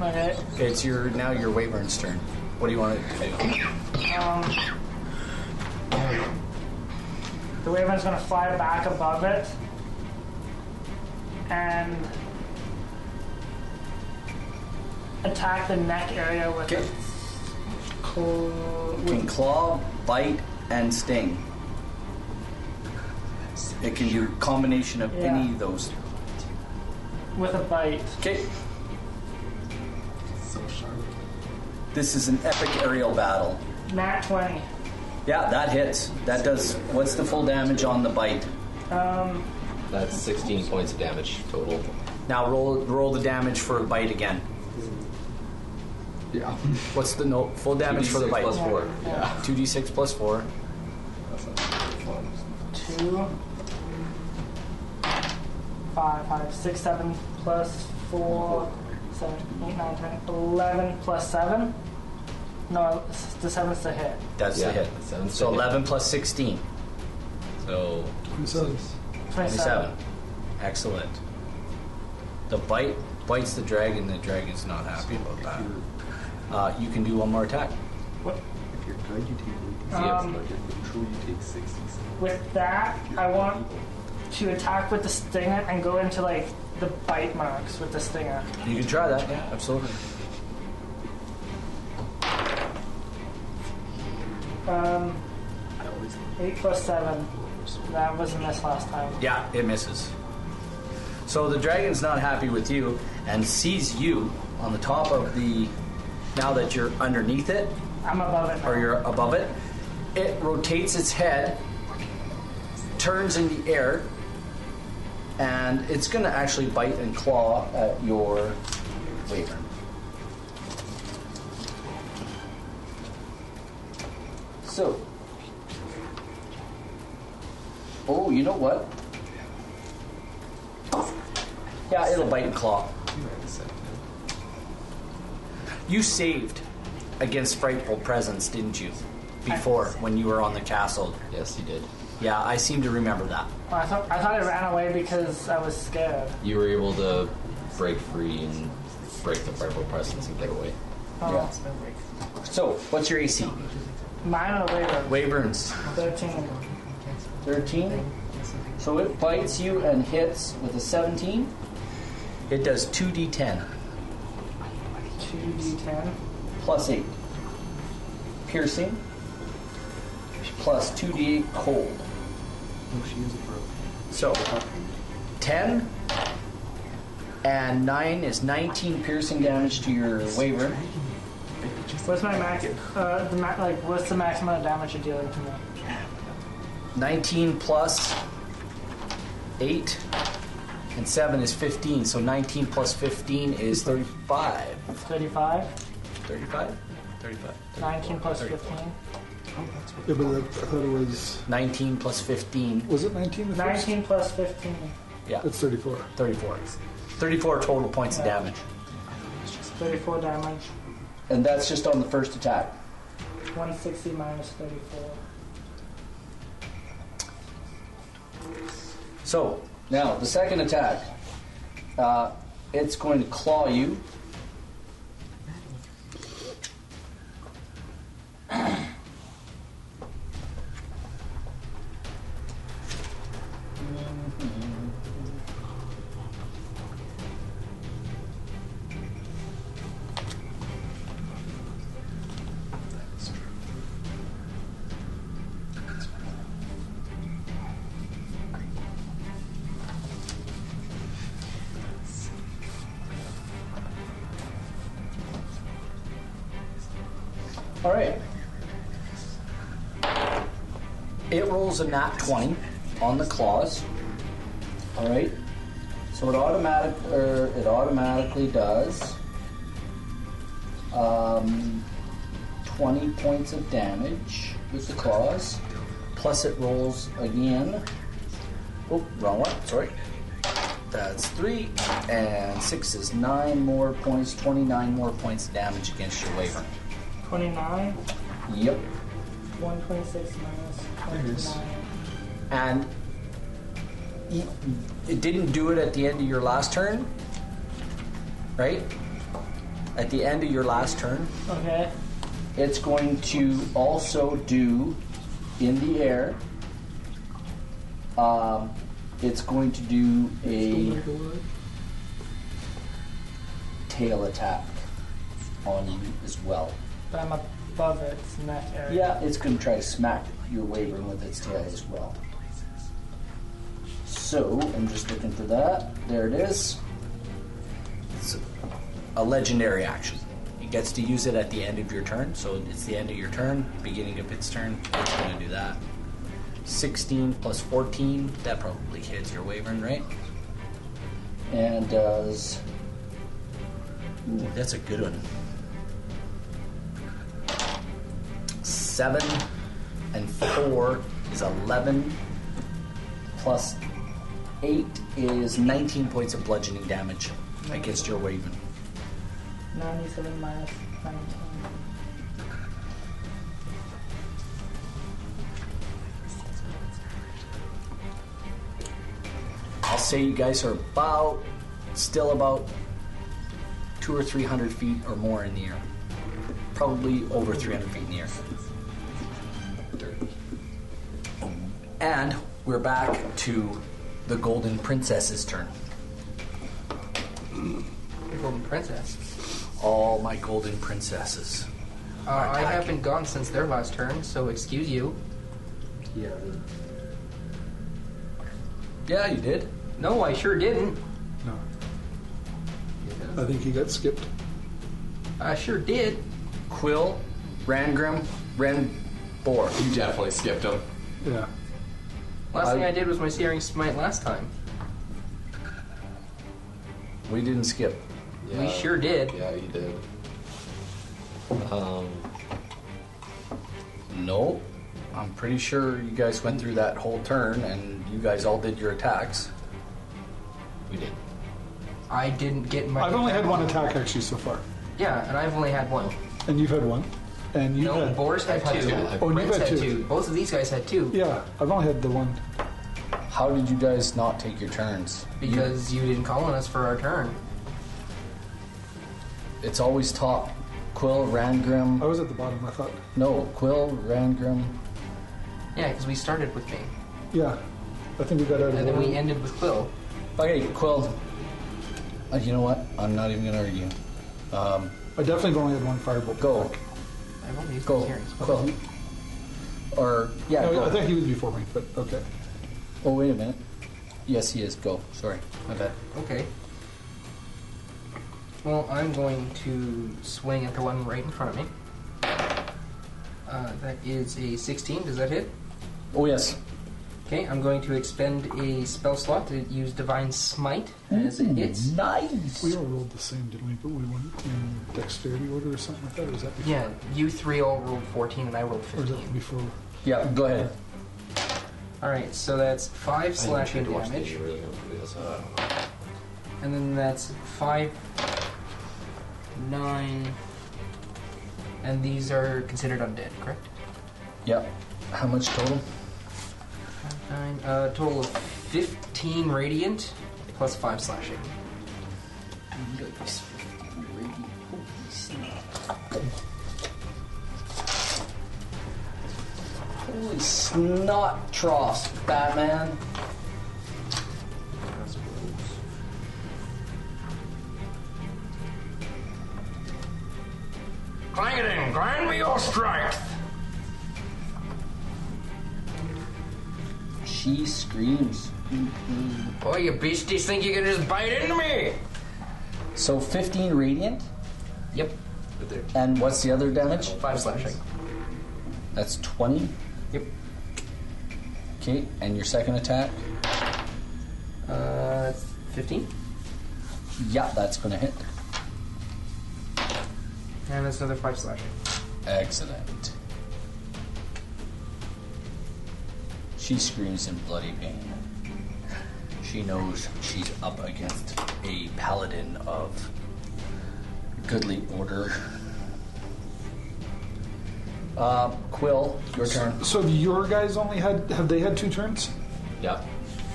Speaker 4: Okay.
Speaker 1: Okay, it's your now your Wayburn's turn. What do you want to do?
Speaker 4: Um, the Raven's gonna fly back above it, and attack the neck area with
Speaker 1: Okay.
Speaker 4: its claw.
Speaker 7: It can claw, bite, and sting. It can do combination of any
Speaker 4: Yeah.
Speaker 7: of those.
Speaker 4: With a bite.
Speaker 7: Okay,
Speaker 5: So sharp.
Speaker 7: this is an epic aerial battle.
Speaker 4: Nat 20.
Speaker 7: Yeah, that hits. That does. What's the full damage on the bite?
Speaker 4: Um,
Speaker 3: That's 16 points of damage total.
Speaker 1: Now roll roll the damage for a bite again.
Speaker 5: Yeah.
Speaker 1: What's the no full damage for the
Speaker 3: 2d6
Speaker 1: bite?
Speaker 3: plus four.
Speaker 4: yeah.
Speaker 1: Two d six plus four.
Speaker 5: That's not fun.
Speaker 4: Two. Five, five, six, seven, plus four, seven, eight, nine, ten, eleven, plus seven. No, s- the seven's to hit.
Speaker 1: That's
Speaker 3: Yeah,
Speaker 1: the hit.
Speaker 3: sounds
Speaker 1: So
Speaker 3: good.
Speaker 1: eleven plus sixteen. So
Speaker 2: So,
Speaker 1: twenty-seven. Excellent. The bite bites the dragon. The dragon's not happy about that. Uh, you can do one more attack.
Speaker 5: If you're good, you take 80.
Speaker 4: Um,
Speaker 5: if you're true, you take 60.
Speaker 4: With that, I want to attack with the stinger and go into like the bite marks with the stinger.
Speaker 1: You can try that. Yeah, absolutely.
Speaker 4: Um, eight plus seven. That was a miss last time.
Speaker 1: Yeah, it misses. So the dragon's not happy with you and sees you on the top of the. Now that you're underneath it
Speaker 4: I'm above it now.
Speaker 1: or you're above it, it rotates its head, turns in the air, and it's going to actually bite and claw at your waiver.
Speaker 7: So. Oh, you know what?
Speaker 1: Yeah, it'll bite and claw. You saved against frightful presence, didn't you? Before, when you were on the castle.
Speaker 3: Yes, you did.
Speaker 1: Yeah, I seem to remember that.
Speaker 4: Well, I, thought, I thought I ran away because I was scared.
Speaker 3: You were able to break free and break the frightful presence and get away.
Speaker 4: Oh,
Speaker 1: So, what's your AC?
Speaker 4: Mine are later.
Speaker 1: Wayburns.
Speaker 4: 13.
Speaker 7: 13. So it bites you and hits with a 17.
Speaker 1: It does 2d10.
Speaker 4: 2d10.
Speaker 7: plus 8. Piercing plus 2d8 cold.
Speaker 5: No, Oh, she is a pro.
Speaker 1: So, 10
Speaker 7: And 9 is 19 piercing damage to your waver.
Speaker 4: What's my max? Uh, the ma- like, what's the maximum amount of damage you're dealing to me?
Speaker 1: 19 plus 8 and 7 is 15 so 19 plus 15 is 35
Speaker 4: 35,
Speaker 1: 35 35
Speaker 4: 19 plus 15,
Speaker 2: Yeah, but I thought it was.
Speaker 1: 19 plus 15.
Speaker 2: Was it 19 the first?
Speaker 4: 19 plus 15.
Speaker 1: Yeah,
Speaker 2: That's 34.
Speaker 1: 34. 34 total points of damage.
Speaker 4: 34 damage.
Speaker 7: And that's just on the first attack.
Speaker 4: 160 minus 34.
Speaker 1: So,
Speaker 7: Now, the second attack. Uh, it's going to claw you. All right. It rolls a nat 20 on the claws. All right. So it automatic er, it automatically does um, 20 points of damage with the claws. Plus it rolls again. Oh, wrong one. Sorry. That's three and six is nine more points. Twenty-nine more points of damage against your waver.
Speaker 4: 29.
Speaker 7: Yep.
Speaker 4: 126 minus 29.
Speaker 1: and y- it didn't do it at the end of your last turn, right? At the end of your last turn,
Speaker 4: Okay.
Speaker 7: It's going to also do in the air. Um, it's going to do a tail attack on you as well.
Speaker 4: But I'm above its neck area.
Speaker 7: Yeah, it's going to try to smack your wavering with its tail as well. So I'm just looking for that. There it is.
Speaker 1: it's a legendary action. It gets to use it at the end of your turn, so it's the end of your turn, beginning of its turn. It's going to do that. 16 plus 14, that probably hits your wavering, right?
Speaker 7: and does
Speaker 1: Ooh, that's a good one. Seven and four is eleven.
Speaker 7: plus
Speaker 1: Eight is nineteen points of bludgeoning damage against your Raven.
Speaker 4: 97 minus 19.
Speaker 1: I'll say you guys are about, still about two or three hundred feet or more in the air. Probably over three hundred feet in the air. And we're back to the Golden Princess's turn.
Speaker 6: Golden Princess.
Speaker 1: All my Golden Princesses.
Speaker 6: Uh, I haven't gone since their last turn, so excuse you.
Speaker 5: Yeah.
Speaker 1: Yeah, you did.
Speaker 6: No, I sure didn't.
Speaker 2: No. I think he got skipped.
Speaker 6: I sure did.
Speaker 1: Quill, Rangrim, Ren, Bor.
Speaker 3: You definitely skipped him.
Speaker 2: Yeah.
Speaker 6: Last
Speaker 1: I-
Speaker 6: thing I did was my Searing Smite last time.
Speaker 1: We didn't skip.
Speaker 6: We sure did.
Speaker 3: Yeah, you did. Um,
Speaker 1: No, I'm pretty sure you guys went through that whole turn and you guys all did your attacks.
Speaker 3: we did.
Speaker 6: I didn't get my.
Speaker 2: I've only had one attack actually so far.
Speaker 6: Yeah, and I've only had one.
Speaker 2: And you've had one. And you've
Speaker 6: No,
Speaker 2: had.
Speaker 6: Boris had
Speaker 3: I've had
Speaker 6: two.
Speaker 3: two. I've-
Speaker 2: Oh, you've
Speaker 6: Brent's
Speaker 2: had
Speaker 6: had
Speaker 2: two.
Speaker 6: two. Both of these guys had two.
Speaker 2: Yeah, I've only had the one.
Speaker 1: How did you guys not take your turns?
Speaker 6: Because you didn't call on us for our turn.
Speaker 1: It's always top. Quill,
Speaker 2: I
Speaker 1: Rangrim.
Speaker 2: was at the bottom, I thought.
Speaker 1: No, Quill, Rangrim.
Speaker 6: Yeah, because we started with me.
Speaker 2: Yeah. I think we got out of
Speaker 6: And
Speaker 2: the
Speaker 6: then we
Speaker 2: way.
Speaker 6: ended with Quill.
Speaker 1: Okay, Quill. Uh, you know what? I'm not even gonna argue. Um,
Speaker 2: I definitely have only had one fireball.
Speaker 1: go,
Speaker 2: attack.
Speaker 6: I've only used my
Speaker 1: go,
Speaker 6: Searing Smite.
Speaker 1: Quill. Or yeah,
Speaker 2: No,
Speaker 1: go.
Speaker 2: Oh, I think he was before me, but okay.
Speaker 1: oh wait a minute. Yes, he is. Go. Sorry, my bad.
Speaker 6: Okay. Well, I'm going to swing at the one right in front of me. Uh, that is a 16. Does that hit?
Speaker 1: Oh yes.
Speaker 6: Okay, I'm going to expend a spell slot to use Divine Smite as it hits.
Speaker 7: Nice.
Speaker 2: We all rolled the same, didn't we? But we went in dexterity order or something like that. Or is that before?
Speaker 6: Yeah, you three all rolled 14 and I rolled
Speaker 2: Or is that
Speaker 6: 15.
Speaker 2: before?
Speaker 7: Yeah, go ahead.
Speaker 6: Alright, so that's 5 slashing damage,
Speaker 3: Really want to do this. I don't know.
Speaker 6: and then that's 5, 9, and these are considered undead, correct?
Speaker 7: Yep. How much total?
Speaker 6: 9, uh, total of 15 radiant plus 5 slashing.
Speaker 7: Holy snot troughs, Batman.
Speaker 6: Clang it in, grind me your strike!
Speaker 7: She screams.
Speaker 6: Boy, you beasties think you can just bite into me!
Speaker 7: So 15 radiant,
Speaker 6: Yep,
Speaker 3: But they're
Speaker 7: and what's the other damage?
Speaker 6: 5 slashing.
Speaker 7: That's 20.
Speaker 6: Yep.
Speaker 7: Okay, and your second attack?
Speaker 6: Uh, 15?
Speaker 7: Yeah, that's gonna hit.
Speaker 6: And that's another 5 slashing.
Speaker 7: Excellent. She screams in bloody pain. She knows she's up against a paladin of goodly order. Uh, Quill, your turn.
Speaker 2: So your guys only had have they had two turns?
Speaker 3: yeah.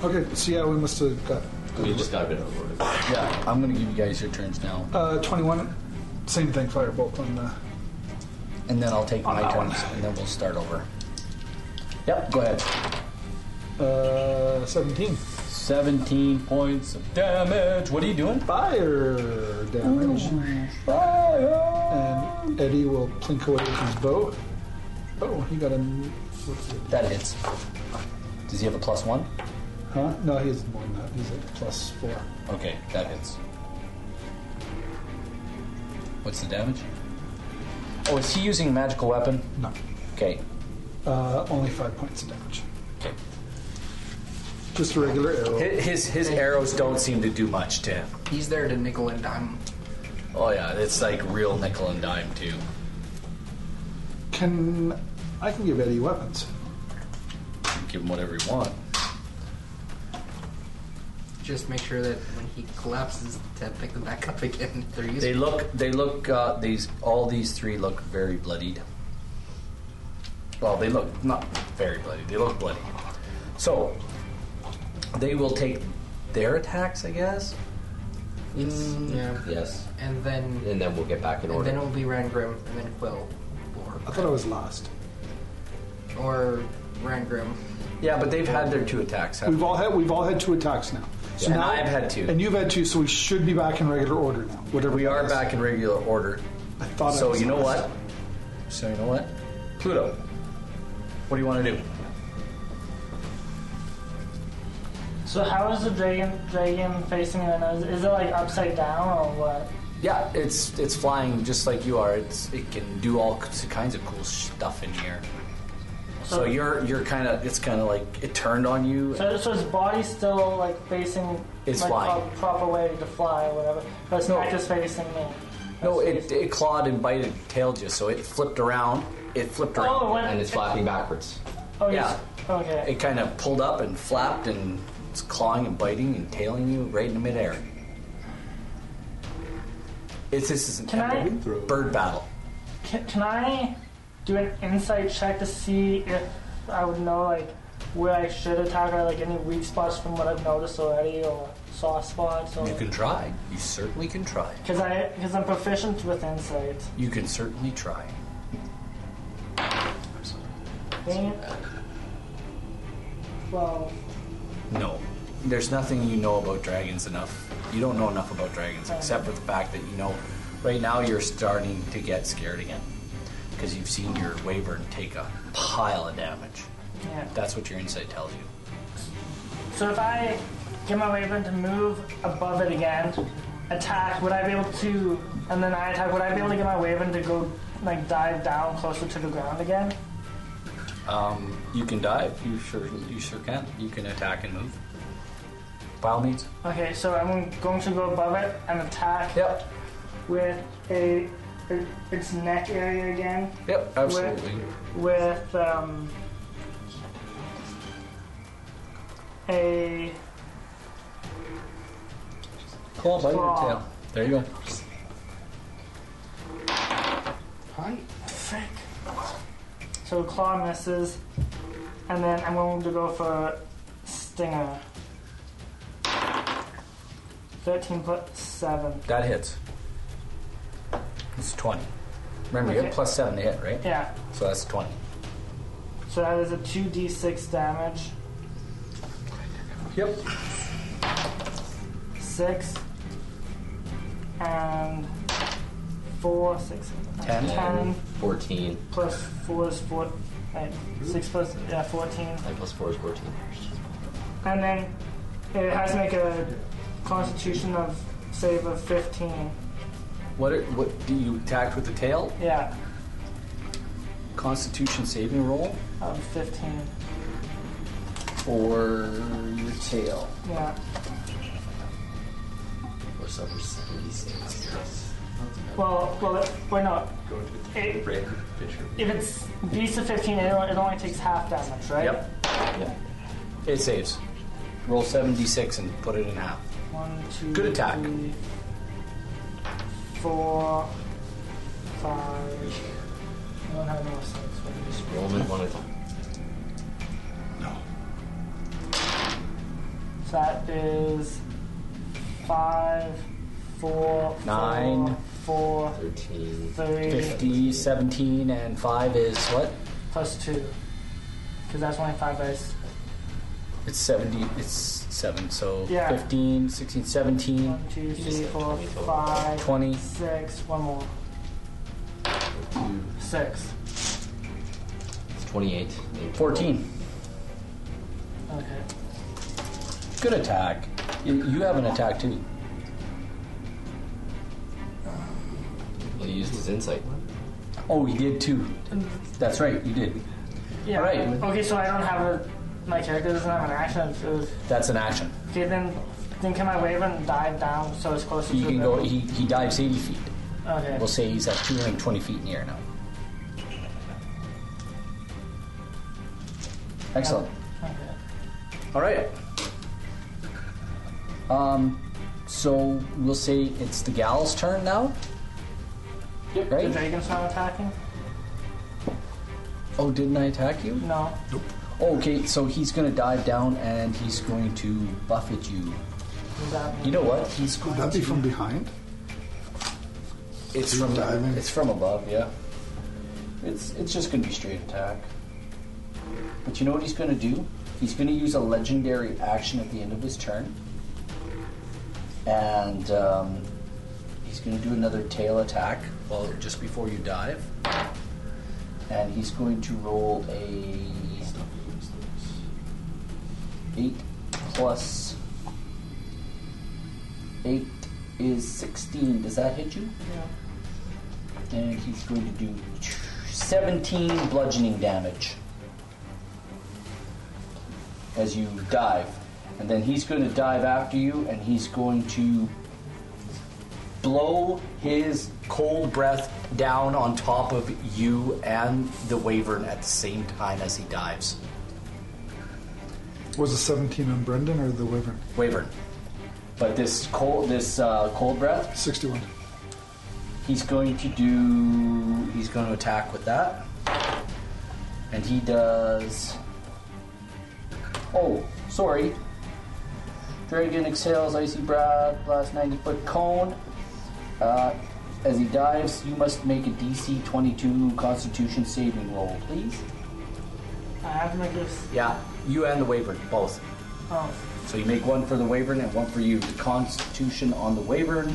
Speaker 2: Okay, so yeah, we must have got
Speaker 3: We just got a bit of a
Speaker 7: Yeah, I'm gonna give you guys your turns now,
Speaker 2: uh, twenty-one. Same thing, firebolt on the.
Speaker 7: and then I'll take
Speaker 2: On
Speaker 7: my
Speaker 2: that one.
Speaker 7: turns, and then we'll start over. Yep, go ahead.
Speaker 2: Uh, 17.
Speaker 7: 17 points of damage. What are you doing?
Speaker 2: Fire damage.
Speaker 1: Oh,
Speaker 7: Fire!
Speaker 2: And Eddie will plink away with his bow. Oh, he got a. What's it?
Speaker 7: That hits. Does he have a plus one?
Speaker 2: Huh? No, he has more than that. He's at plus four.
Speaker 7: Okay, that hits. What's the damage? Oh, is he using a magical weapon?
Speaker 2: No.
Speaker 7: Okay.
Speaker 2: Uh, only five points of damage.
Speaker 7: Okay.
Speaker 2: Just a regular arrow.
Speaker 1: His his, his arrows don't seem to do much to him.
Speaker 6: He's there to nickel and dime.
Speaker 1: Oh yeah, it's like real nickel and dime too.
Speaker 2: Can. I can give Eddie weapons.
Speaker 1: Give him whatever you want.
Speaker 6: Just make sure that when he collapses, to pick them back up again. [laughs] They're used.
Speaker 1: They look they look uh, these all these three look very bloodied. Well, they look not very bloody. They look bloody. So they will take their attacks, I guess.
Speaker 6: yeah.
Speaker 3: Yes.
Speaker 6: Mm. And then,
Speaker 3: And then we'll get back in
Speaker 6: and then
Speaker 3: order.
Speaker 6: it'll be Rangrim, and then Quill, or
Speaker 2: I thought I was last.
Speaker 6: or Rangrim.
Speaker 1: Yeah, but they've had their two attacks. haven't
Speaker 2: We've all had we've all had two attacks now. So
Speaker 1: And
Speaker 2: now
Speaker 1: I've had two.
Speaker 2: And you've had two, so we should be back in regular order now. Whatever
Speaker 1: We
Speaker 2: that
Speaker 1: are
Speaker 2: is.
Speaker 1: back in regular order.
Speaker 2: I thought I
Speaker 1: So
Speaker 2: was
Speaker 1: you know
Speaker 2: last.
Speaker 1: what? So you know what? Pluto. What do you want to do?
Speaker 4: So how is the dragon dragon facing the nose? Is it like upside down or what?
Speaker 1: Yeah, it's it's flying just like you are. It's it can do all k- kinds of cool stuff in here. So
Speaker 4: So-
Speaker 1: you're you're kind of it's kind of like it turned on you.
Speaker 4: So, so his body's still like facing
Speaker 1: It's
Speaker 4: like
Speaker 1: flying.
Speaker 4: pro- proper way to fly or whatever, but it's
Speaker 1: No.
Speaker 4: not just facing me.
Speaker 1: No, it it clawed and bited tailed you, so it flipped around. It flipped around.
Speaker 4: Oh, it went.
Speaker 3: And it's flapping backwards.
Speaker 4: oh,
Speaker 1: yeah.
Speaker 4: yes. Okay.
Speaker 1: It kind of pulled up and flapped and it's clawing and biting and tailing you right in the midair. It's this is an
Speaker 4: Can I-
Speaker 1: epic bird battle.
Speaker 4: Can, can I do an insight check to see if I would know like where I should attack or like any weak spots from what I've noticed already or soft spots or
Speaker 1: You can try. You certainly can try.
Speaker 4: because I because I'm proficient with insight.
Speaker 1: You can certainly try.
Speaker 4: Eight, Twelve.
Speaker 1: No. There's nothing you know about dragons enough. You don't know enough about dragons except for the fact that you know right now you're starting to get scared again because you've seen your Wavern take a pile of damage.
Speaker 4: Yeah.
Speaker 1: That's what your insight tells you.
Speaker 4: So if I get my raven to move above it again, attack, would I be able to? And then I attack. Would I be able to get my raven to go like dive down closer to the ground again?
Speaker 1: Um, you can dive. You sure you sure can. You can attack and move. By all means.
Speaker 4: Okay, so I'm going to go above it and attack
Speaker 1: Yep.
Speaker 4: with a its neck area again
Speaker 1: Yep. Absolutely.
Speaker 4: with um, a
Speaker 1: Claw bite or
Speaker 4: Claw.
Speaker 1: tail. There you go.
Speaker 6: Hi.
Speaker 4: frick. So claw misses, and then I'm going to go for stinger. Thirteen plus seven.
Speaker 1: That hits. It's twenty. Remember, you have
Speaker 4: Okay.
Speaker 1: plus seven to hit, right?
Speaker 4: Yeah.
Speaker 1: So that's twenty.
Speaker 4: So that is a two d six damage.
Speaker 1: Yep.
Speaker 4: six, and four, six,
Speaker 1: Ten.
Speaker 4: ten
Speaker 3: 14.
Speaker 4: plus four is four, right, six plus yeah, fourteen,
Speaker 3: 9 plus 4 is 14.
Speaker 4: and then it has to make a Constitution of save of fifteen.
Speaker 1: What? Are, what do you attack with the tail?
Speaker 4: Yeah,
Speaker 1: Constitution saving roll
Speaker 4: of fifteen.
Speaker 1: or your tail?
Speaker 4: Yeah,
Speaker 3: Or suffers 76.
Speaker 4: well, well, it- wait, no. It,
Speaker 5: Red picture.
Speaker 4: if it's beast of fifteen, it only, it only takes half damage, right?
Speaker 1: Yep.
Speaker 3: Yeah.
Speaker 1: It saves. Roll seventy six and put it in half.
Speaker 4: One, two,
Speaker 1: Good attack.
Speaker 4: three, four, five. I don't have no sense. What do you just
Speaker 3: Roll them in one at a time.
Speaker 4: So that is five, four,
Speaker 1: Nine.
Speaker 4: four,
Speaker 3: 13.
Speaker 4: four, three,
Speaker 1: 50, 17, and 5 is what?
Speaker 4: plus two. Because that's only five dice.
Speaker 1: It's 70, it's 7, so
Speaker 4: Yeah.
Speaker 1: 15, 16, 17,
Speaker 4: One, two,
Speaker 3: just
Speaker 4: three,
Speaker 3: said
Speaker 4: four,
Speaker 3: 20 total.
Speaker 4: five,
Speaker 1: 20.
Speaker 4: six, one more. Six.
Speaker 3: It's 28. They total.
Speaker 1: 14.
Speaker 4: Okay.
Speaker 1: Good attack. You, you have an attack too.
Speaker 3: Well, he used his insight.
Speaker 1: Oh, you did too. That's right, you did.
Speaker 4: Yeah.
Speaker 1: Alright.
Speaker 4: Okay, so I don't have a. My character doesn't have an action. It was-
Speaker 1: That's an action.
Speaker 4: okay, then. Then can I wave and dive down so it's closer
Speaker 1: He
Speaker 4: to
Speaker 1: can
Speaker 4: the...
Speaker 1: go, he, he dives 80 feet.
Speaker 4: Okay.
Speaker 1: We'll say he's uh, at 220 feet in the air now. Excellent.
Speaker 4: okay.
Speaker 1: All right. Um, so we'll say it's the gal's turn now.
Speaker 4: Yep.
Speaker 1: Right.
Speaker 4: The dragon's not attacking?
Speaker 1: Oh, didn't I attack you?
Speaker 4: No.
Speaker 1: Oh, okay, so he's gonna dive down and he's going to buffet you.
Speaker 4: Does that mean-
Speaker 1: You know what? He's
Speaker 2: Would
Speaker 1: going
Speaker 2: that be
Speaker 1: to-
Speaker 2: from behind?
Speaker 1: It's from
Speaker 2: diving?
Speaker 1: It's from above, yeah. It's it's just gonna be straight attack. But you know what he's gonna do? He's gonna use a legendary action at the end of his turn, and um, he's gonna do another tail attack. Well, just before you dive, and he's going to roll a eight plus eight is sixteen. Does that hit you?
Speaker 4: Yeah.
Speaker 1: And he's going to do 17 bludgeoning damage as you dive. And then he's going to dive after you and he's going to blow his cold breath down on top of you and the Wavern at the same time as he dives.
Speaker 2: Was a 17 on Brendan or the Wyvern?
Speaker 1: Wavern. But this cold, this uh, cold breath
Speaker 2: 61.
Speaker 1: He's going to do. He's going to attack with that. And he does. Oh, sorry. Dragon exhales icy breath, blast 90 foot cone. Uh, as he dives, you must make a DC 22 Constitution saving roll, please.
Speaker 4: I have to make this.
Speaker 1: Yeah, you and the Wavern, both.
Speaker 4: Oh,
Speaker 1: So you make one for the Wavern and one for you. The Constitution on the Wavern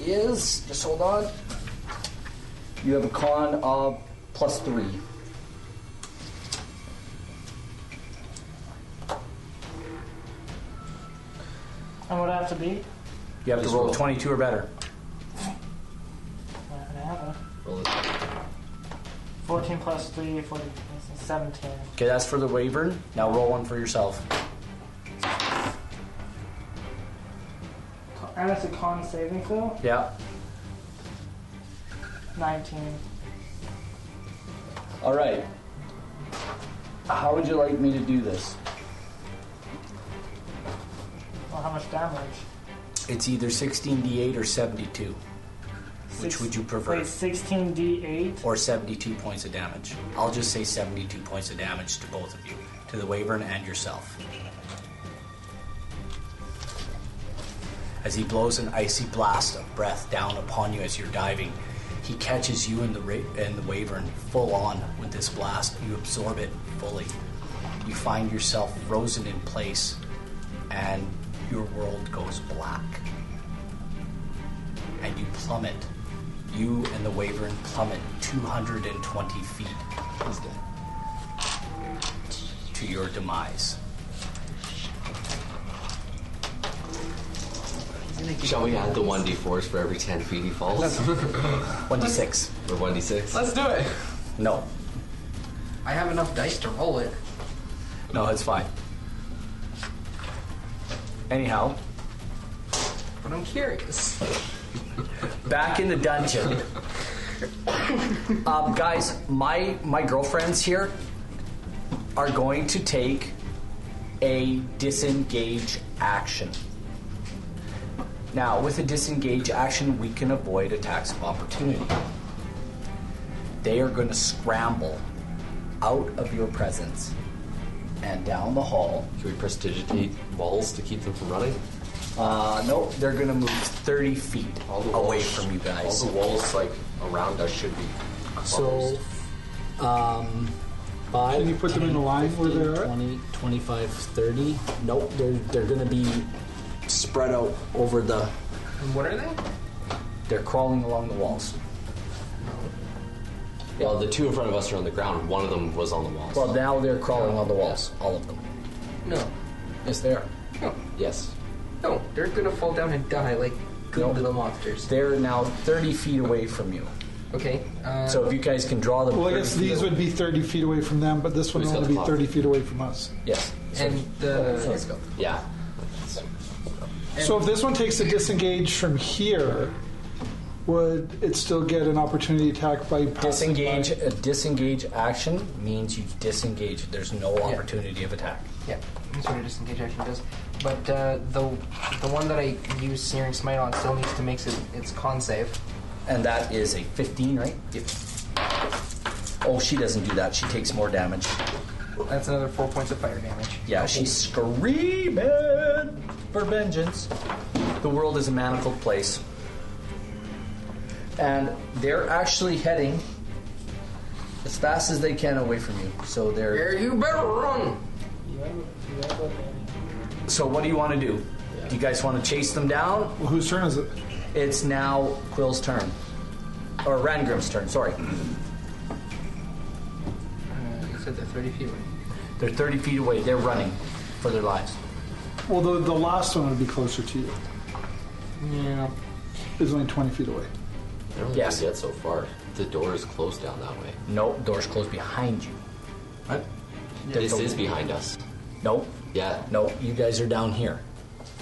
Speaker 1: is just hold on. You have a con of plus three.
Speaker 4: and what do I have to be?
Speaker 1: You have
Speaker 3: Just roll.
Speaker 1: twenty-two or better.
Speaker 4: I have a
Speaker 3: Roll it.
Speaker 4: 14 plus 3, 14 plus 17.
Speaker 1: Okay, that's for the Wavern. Now roll one for yourself.
Speaker 4: And it's a con saving throw.
Speaker 1: Yeah.
Speaker 4: 19.
Speaker 1: All right. How would you like me to do this?
Speaker 4: Well, how much damage?
Speaker 1: It's either 16d8 or 72, Which would you prefer?
Speaker 4: Wait, 16d8.
Speaker 1: or 72 points of damage. I'll just say 72 points of damage to both of you, to the Wavern and yourself. As he blows an icy blast of breath down upon you as you're diving, he catches you and the ra- and the Wavern full on with this blast. You absorb it fully. You find yourself frozen in place, and your world goes black and you plummet. You and the Wavern plummet 220 feet to your demise.
Speaker 3: Shall we add the 1d4s for every 10 feet he falls? or
Speaker 1: 1d6.
Speaker 3: 1d6?
Speaker 6: Let's do it.
Speaker 1: No.
Speaker 6: I have enough dice to roll it.
Speaker 1: No, it's fine. Anyhow,
Speaker 6: But I'm curious.
Speaker 1: back in the dungeon. um, guys, my my girlfriends here are going to take a disengage action. Now, with a disengage action, we can avoid attacks of opportunity. They are going to scramble out of your presence and down the hall.
Speaker 3: Can we prestigitate walls to keep them from running?
Speaker 1: Uh, no, they're going to move 30 feet away from you guys.
Speaker 3: All the walls like around us should be.
Speaker 7: So,
Speaker 3: closed.
Speaker 7: um, five.
Speaker 2: Can you put them in a line where they're at?
Speaker 7: 20, 25, 30. Nope, they're they're gonna be spread out over the.
Speaker 6: And what are they?
Speaker 1: They're crawling along the walls.
Speaker 3: well, the two in front of us are on the ground. One of them was on the walls.
Speaker 1: Well, now they're crawling on the walls, all of them.
Speaker 6: No.
Speaker 1: Yes, they are.
Speaker 6: No.
Speaker 3: yes.
Speaker 6: No. They're gonna fall down and die like good
Speaker 1: Nope.
Speaker 6: little monsters.
Speaker 1: They're now 30 feet away from you.
Speaker 6: Okay. Uh,
Speaker 1: So if you guys can draw them.
Speaker 2: Well, I guess
Speaker 1: 30 feet
Speaker 2: these
Speaker 1: away-
Speaker 2: would be 30 feet away from them, but this one
Speaker 3: Who's
Speaker 2: would
Speaker 3: got
Speaker 2: only
Speaker 3: the
Speaker 2: be
Speaker 3: clock?
Speaker 2: 30 feet away from us.
Speaker 1: Yes.
Speaker 6: and
Speaker 1: Let's
Speaker 6: the
Speaker 1: go.
Speaker 3: Yeah.
Speaker 2: So if this one takes a disengage from here, would it still get an opportunity attack by passing
Speaker 1: Disengage.
Speaker 2: by?
Speaker 1: A disengage action means you disengage. There's no opportunity of attack.
Speaker 6: yeah, that's what a disengage action does. But uh, the the one that I use Searing Smite on still needs to make it, its con save.
Speaker 1: And that is a 15, right? If. Oh, she doesn't do that. She takes more damage.
Speaker 6: That's another four points of fire damage.
Speaker 1: Yeah, she's screaming for vengeance. The world is a manacled place. And they're actually heading as fast as they can away from you. So they're
Speaker 6: There, you better run.
Speaker 1: So what do you want to do? Do you guys want to chase them down?
Speaker 2: Well, whose turn is it?
Speaker 1: It's now Quill's turn. Or Rangrim's turn, sorry.
Speaker 6: Uh, you said they're thirty feet away.
Speaker 1: They're 30 feet away. They're running for their lives.
Speaker 2: Well, the, the last one would be closer to you.
Speaker 6: Yeah.
Speaker 2: It's only 20 feet away.
Speaker 3: I don't think
Speaker 1: Yes.
Speaker 3: we get so far. The door is closed down that way.
Speaker 1: Nope, door's closed behind you.
Speaker 3: What? This is behind us.
Speaker 1: Nope,
Speaker 3: Yeah.
Speaker 1: nope, you guys are down here.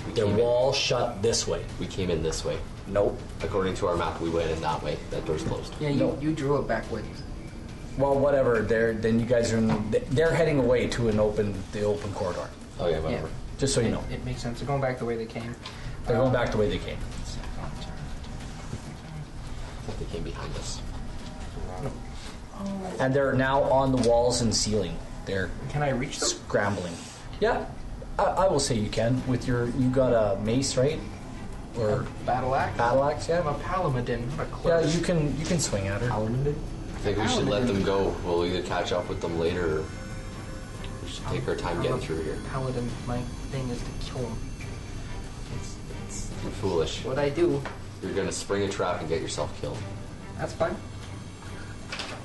Speaker 3: We
Speaker 1: Their
Speaker 3: came in-
Speaker 1: wall shut this way.
Speaker 3: We came in this way.
Speaker 1: Nope.
Speaker 3: According to our map, we went in that way. That door's closed.
Speaker 6: Yeah. You,
Speaker 1: No.
Speaker 6: you drew it backwards.
Speaker 1: Well, whatever. They're then you guys are in, they're heading away to an open the open corridor.
Speaker 3: Okay,
Speaker 6: Yeah.
Speaker 3: whatever.
Speaker 1: Just so you know,
Speaker 6: It, it makes sense. They're going back the way they came.
Speaker 1: they're going back the way they came.
Speaker 3: I thought they came behind us.
Speaker 1: And they're now on the walls and ceiling. They're
Speaker 6: Can I reach them?
Speaker 1: scrambling. Yeah, I, I will say you can with your you got a mace right or
Speaker 6: Battle axe.
Speaker 1: battle axe.
Speaker 6: I'm
Speaker 1: Yeah,
Speaker 6: a paladin, not a
Speaker 1: yeah,
Speaker 6: cleric.
Speaker 1: you can you can swing at her.
Speaker 3: I think we should let them go. We'll either catch up with them later or we should take our time getting through here.
Speaker 6: Paladin, my thing is to kill him. It's, it's
Speaker 3: You're foolish.
Speaker 6: what I do.
Speaker 3: You're gonna spring a trap and get yourself killed.
Speaker 6: That's fine.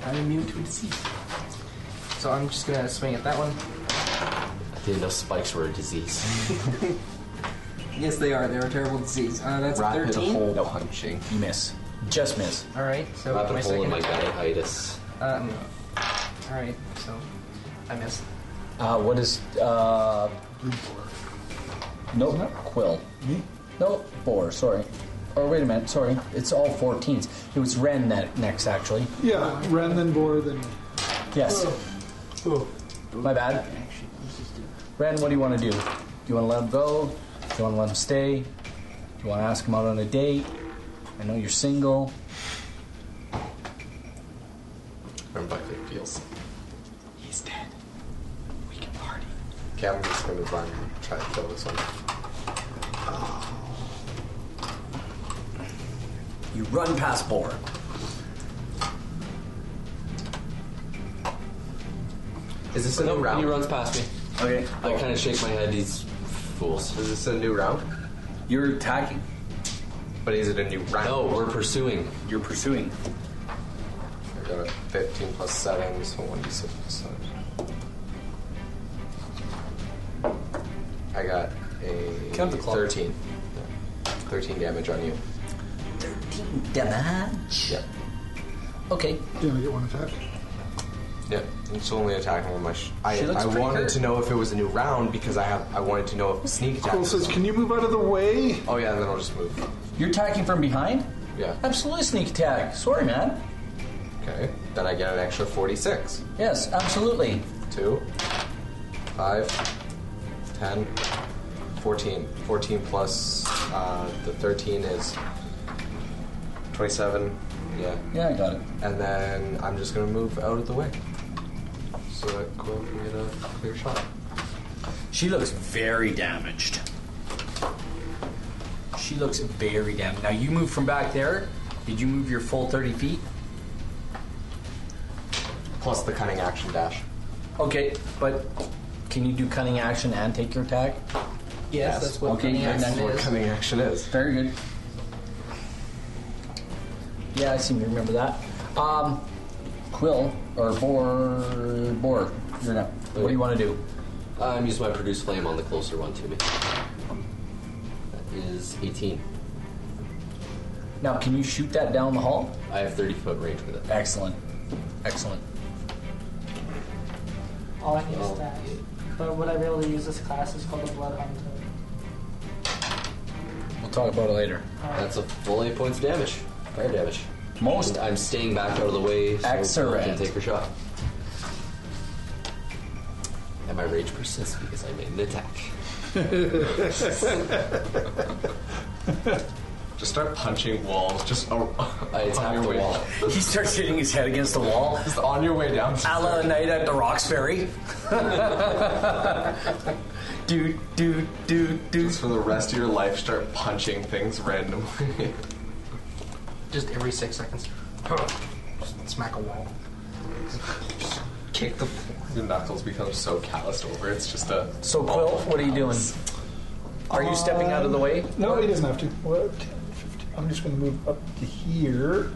Speaker 6: I'm immune to disease. So I'm just gonna swing at that one.
Speaker 3: I didn't know spikes were a disease.
Speaker 6: Yes, they are. They're a terrible disease. Uh, that's a
Speaker 5: Rapid
Speaker 6: 13.
Speaker 5: hole punching.
Speaker 1: You miss, just miss.
Speaker 6: All right. So
Speaker 3: Wrap a
Speaker 6: my
Speaker 3: hole in
Speaker 6: second.
Speaker 3: my guy hiatus.
Speaker 6: Um, all right. So I missed.
Speaker 1: Uh, what is uh?
Speaker 2: Isn't
Speaker 1: Nope,
Speaker 2: it?
Speaker 1: Quill.
Speaker 2: Me?
Speaker 1: No, four. Sorry. Or wait a minute. Sorry, it's all 14s. It was Ren that next actually.
Speaker 2: Yeah, Ren, then Boar, then me.
Speaker 1: Yes. My bad. Ren, what do you want to do? Do you want to let him go? Do you want to let him stay? Do you want to ask him out on a date? I know you're single.
Speaker 5: I'm Buckley Peels.
Speaker 1: He's dead. We can party.
Speaker 5: Okay, I'm just gonna try and try to kill this one.
Speaker 1: You run past Boar.
Speaker 5: Is this a
Speaker 3: No,
Speaker 5: new round?
Speaker 3: he runs past me.
Speaker 1: Okay.
Speaker 3: I kind of shake my head. These fools.
Speaker 5: Is this a new round?
Speaker 1: You're attacking.
Speaker 5: But is it a new round?
Speaker 3: No, we're pursuing.
Speaker 1: You're pursuing.
Speaker 5: I got a 15 plus 7, so 1d6 plus 7. I got a
Speaker 3: Count the clock.
Speaker 5: 13. Yeah. 13 damage on you.
Speaker 1: 13 damage.
Speaker 5: Yep.
Speaker 1: Okay.
Speaker 2: Yeah, I get one attack.
Speaker 5: Yep. It's only attacking with my. Sh- I,
Speaker 1: She looks
Speaker 5: I
Speaker 1: pretty
Speaker 5: wanted
Speaker 1: hurt.
Speaker 5: to know if it was a new round because I have. I wanted to know if sneak attack.
Speaker 2: Quill
Speaker 5: was-
Speaker 2: says, can you move out of the way?
Speaker 5: oh yeah, then I'll just move.
Speaker 1: You're attacking from behind?
Speaker 5: Yeah.
Speaker 1: Absolutely sneak attack. Sorry, man.
Speaker 5: Okay. Then I get an extra 46.
Speaker 1: Yes, absolutely.
Speaker 5: 2, 5, 10, 14. 14 plus uh, the 13 is 27. Yeah.
Speaker 1: Yeah, I got it.
Speaker 5: And then I'm just going to move out of the way so that Quill can get a clear shot.
Speaker 1: She looks very damaged. She looks very damaged. Now you moved from back there. Did you move your full 30 feet?
Speaker 5: Plus the cunning action dash.
Speaker 1: Okay, but can you do cunning action and take your attack?
Speaker 6: Yes, that's what
Speaker 1: Okay,
Speaker 6: cunning
Speaker 1: you're
Speaker 6: action
Speaker 5: That's what
Speaker 6: is.
Speaker 5: cunning action is.
Speaker 1: Very good. Yeah, I seem to remember that. Um, Quill or Boar, Boar, you're now. What do you want to do?
Speaker 3: Uh, I'm using my produce flame on the closer one to me. That is 18.
Speaker 1: Now, can you shoot that down the hall?
Speaker 3: I have 30 foot range with it.
Speaker 1: Excellent, excellent.
Speaker 4: All Oh, I need is that. But would I be able to use this class? It's called the Blood Hunter.
Speaker 1: We'll talk about it later.
Speaker 3: That's a full eight points of damage. Fire damage.
Speaker 1: Most
Speaker 3: I'm staying back out of the way so
Speaker 1: Excellent.
Speaker 3: I can take her shot. And my rage persists because I made an attack.
Speaker 5: [laughs] Just start punching walls. Just [laughs] on,
Speaker 3: [laughs] I attacked the wall.
Speaker 1: [laughs] he starts hitting his head against the wall.
Speaker 5: Just on your way down.
Speaker 1: A la night at the Rocks Ferry. [laughs] do do do do.
Speaker 5: Just for the rest of your life, start punching things randomly. [laughs]
Speaker 6: Just every six seconds. Just smack a wall. Kick the floor.
Speaker 5: your knuckles become so calloused over. It's just a.
Speaker 1: So Quill, what are you doing? Are you stepping out of the way?
Speaker 2: Uh, No, he doesn't have to. What? 15. I'm just going to move up to here,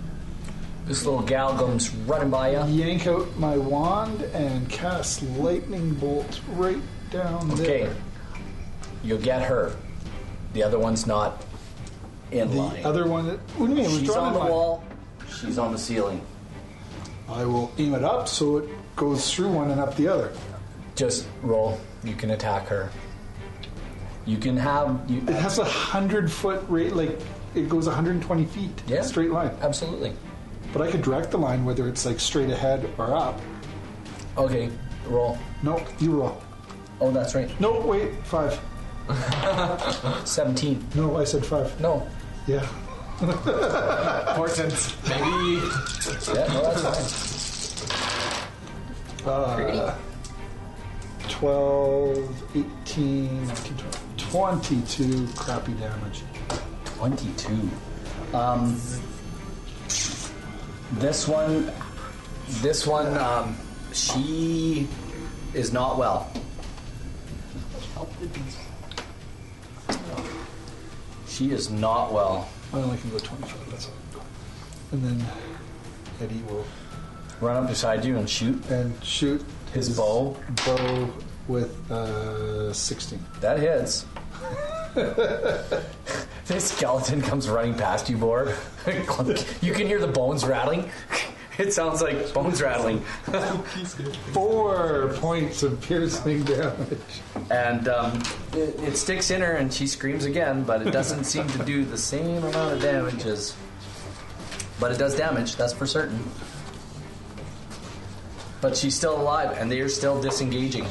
Speaker 1: This little gal comes running by you.
Speaker 2: yank out my wand, and cast lightning bolt right down
Speaker 1: Okay,
Speaker 2: there.
Speaker 1: you'll get her. The other one's not in
Speaker 2: The
Speaker 1: line.
Speaker 2: other one, that, what do you mean? It was
Speaker 1: She's
Speaker 2: drawn
Speaker 1: on
Speaker 2: in
Speaker 1: the
Speaker 2: line.
Speaker 1: wall. She's on the ceiling.
Speaker 2: I will aim it up so it goes through one and up the other.
Speaker 1: Just roll. You can attack her. You can have. You,
Speaker 2: It has a hundred foot rate, like it goes 120 feet,
Speaker 1: Yeah.
Speaker 2: straight line.
Speaker 1: absolutely.
Speaker 2: But I could direct the line whether it's like straight ahead or up.
Speaker 1: Okay, roll.
Speaker 2: Nope, you roll.
Speaker 1: Oh, that's right.
Speaker 2: No, wait, five.
Speaker 1: 17.
Speaker 2: No, I said five.
Speaker 1: No.
Speaker 2: Yeah.
Speaker 5: Important. Maybe.
Speaker 1: Yeah, no, that's fine.
Speaker 2: Uh, 12, 18, 19, 12, 22 crappy damage.
Speaker 1: 22. Um, this one, this one, um, she is not well. She is not well.
Speaker 2: I only can go 25, that's all. And then Eddie will.
Speaker 1: Run up beside you and shoot
Speaker 2: And shoot
Speaker 1: his bow.
Speaker 2: bow with uh, 16.
Speaker 1: That hits. [laughs] [laughs] this skeleton comes running past you, Bor. Clunk. you can hear the bones rattling. [laughs] It sounds like bones rattling.
Speaker 2: Four points of piercing [laughs] damage.
Speaker 1: and um, it, it sticks in her, and she screams again, but it doesn't seem to do the same amount of damage as. But it does damage, that's for certain. But she's still alive, and they are still disengaging.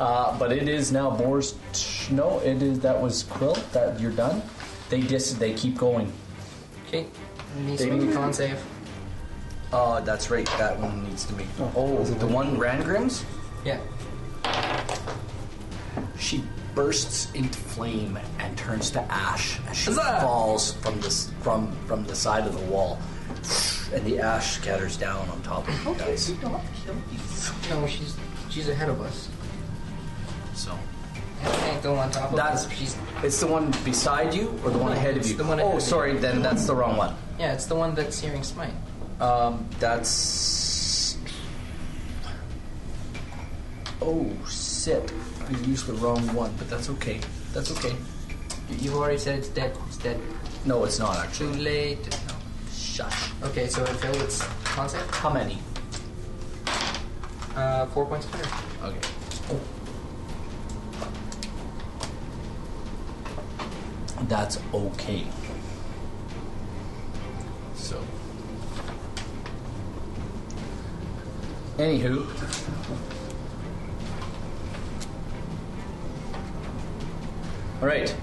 Speaker 1: Uh, but it is now Boar's. T- no, it is that was Quill. That you're done. They dis. They keep going.
Speaker 6: Okay. Needs to make a con save.
Speaker 1: Uh, that's right. That one needs to be. Oh, the one Rangrims.
Speaker 6: Yeah.
Speaker 1: She bursts into flame and turns to ash as she
Speaker 6: Huzzah!
Speaker 1: falls from the s- from from the side of the wall, and the ash scatters down on top of you guys.
Speaker 6: No, she's she's ahead of us.
Speaker 1: So
Speaker 6: I can't go on top of
Speaker 1: That's-
Speaker 6: us. She's
Speaker 1: it's the one beside you or the one ahead of
Speaker 6: It's
Speaker 1: you.
Speaker 6: the one ahead
Speaker 1: oh,
Speaker 6: of me.
Speaker 1: sorry. Then that's the wrong one.
Speaker 6: yeah, it's the one that's hearing smite.
Speaker 1: Um, that's. Oh, sit. I used the wrong one, but that's okay. That's okay.
Speaker 6: You- You've already said it's dead. It's dead.
Speaker 1: No, it's not
Speaker 6: Too
Speaker 1: actually.
Speaker 6: late.
Speaker 1: Shush.
Speaker 6: Okay, so it failed its con save.
Speaker 1: How many?
Speaker 6: Uh, four points of fire.
Speaker 1: Okay. That's okay. So. Anywho. Alright.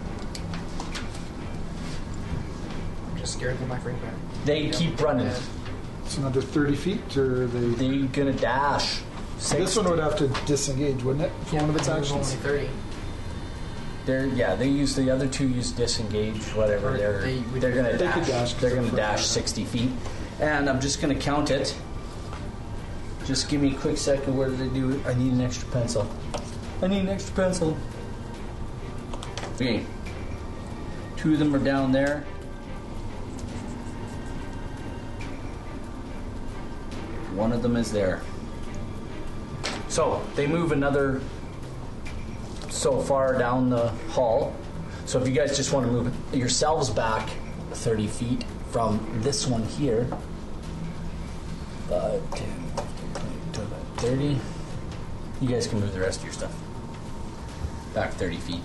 Speaker 6: I'm just scared of my frame back.
Speaker 1: They keep running.
Speaker 2: It's another 30 feet, or they.
Speaker 1: They're gonna dash.
Speaker 2: This one would have to disengage, wouldn't it? For one of its actions.
Speaker 6: Only thirty.
Speaker 1: They're yeah. They use the other two use disengage whatever.
Speaker 6: Or
Speaker 1: They're
Speaker 6: they
Speaker 1: they,
Speaker 6: would-
Speaker 1: are gonna
Speaker 2: They
Speaker 1: dash.
Speaker 2: could dash
Speaker 1: They're gonna
Speaker 2: for-
Speaker 1: dash sixty feet, and I'm just gonna count it. Just give me a quick second. Where did I do it? I need an extra pencil. I need an extra pencil. Okay. Two of them are down there. One of them is there. So they move another so far down the hall. So if you guys just want to move yourselves back 30 feet from this one here, 5, 10, 15, 20, 30, you guys can move the rest of your stuff back 30 feet.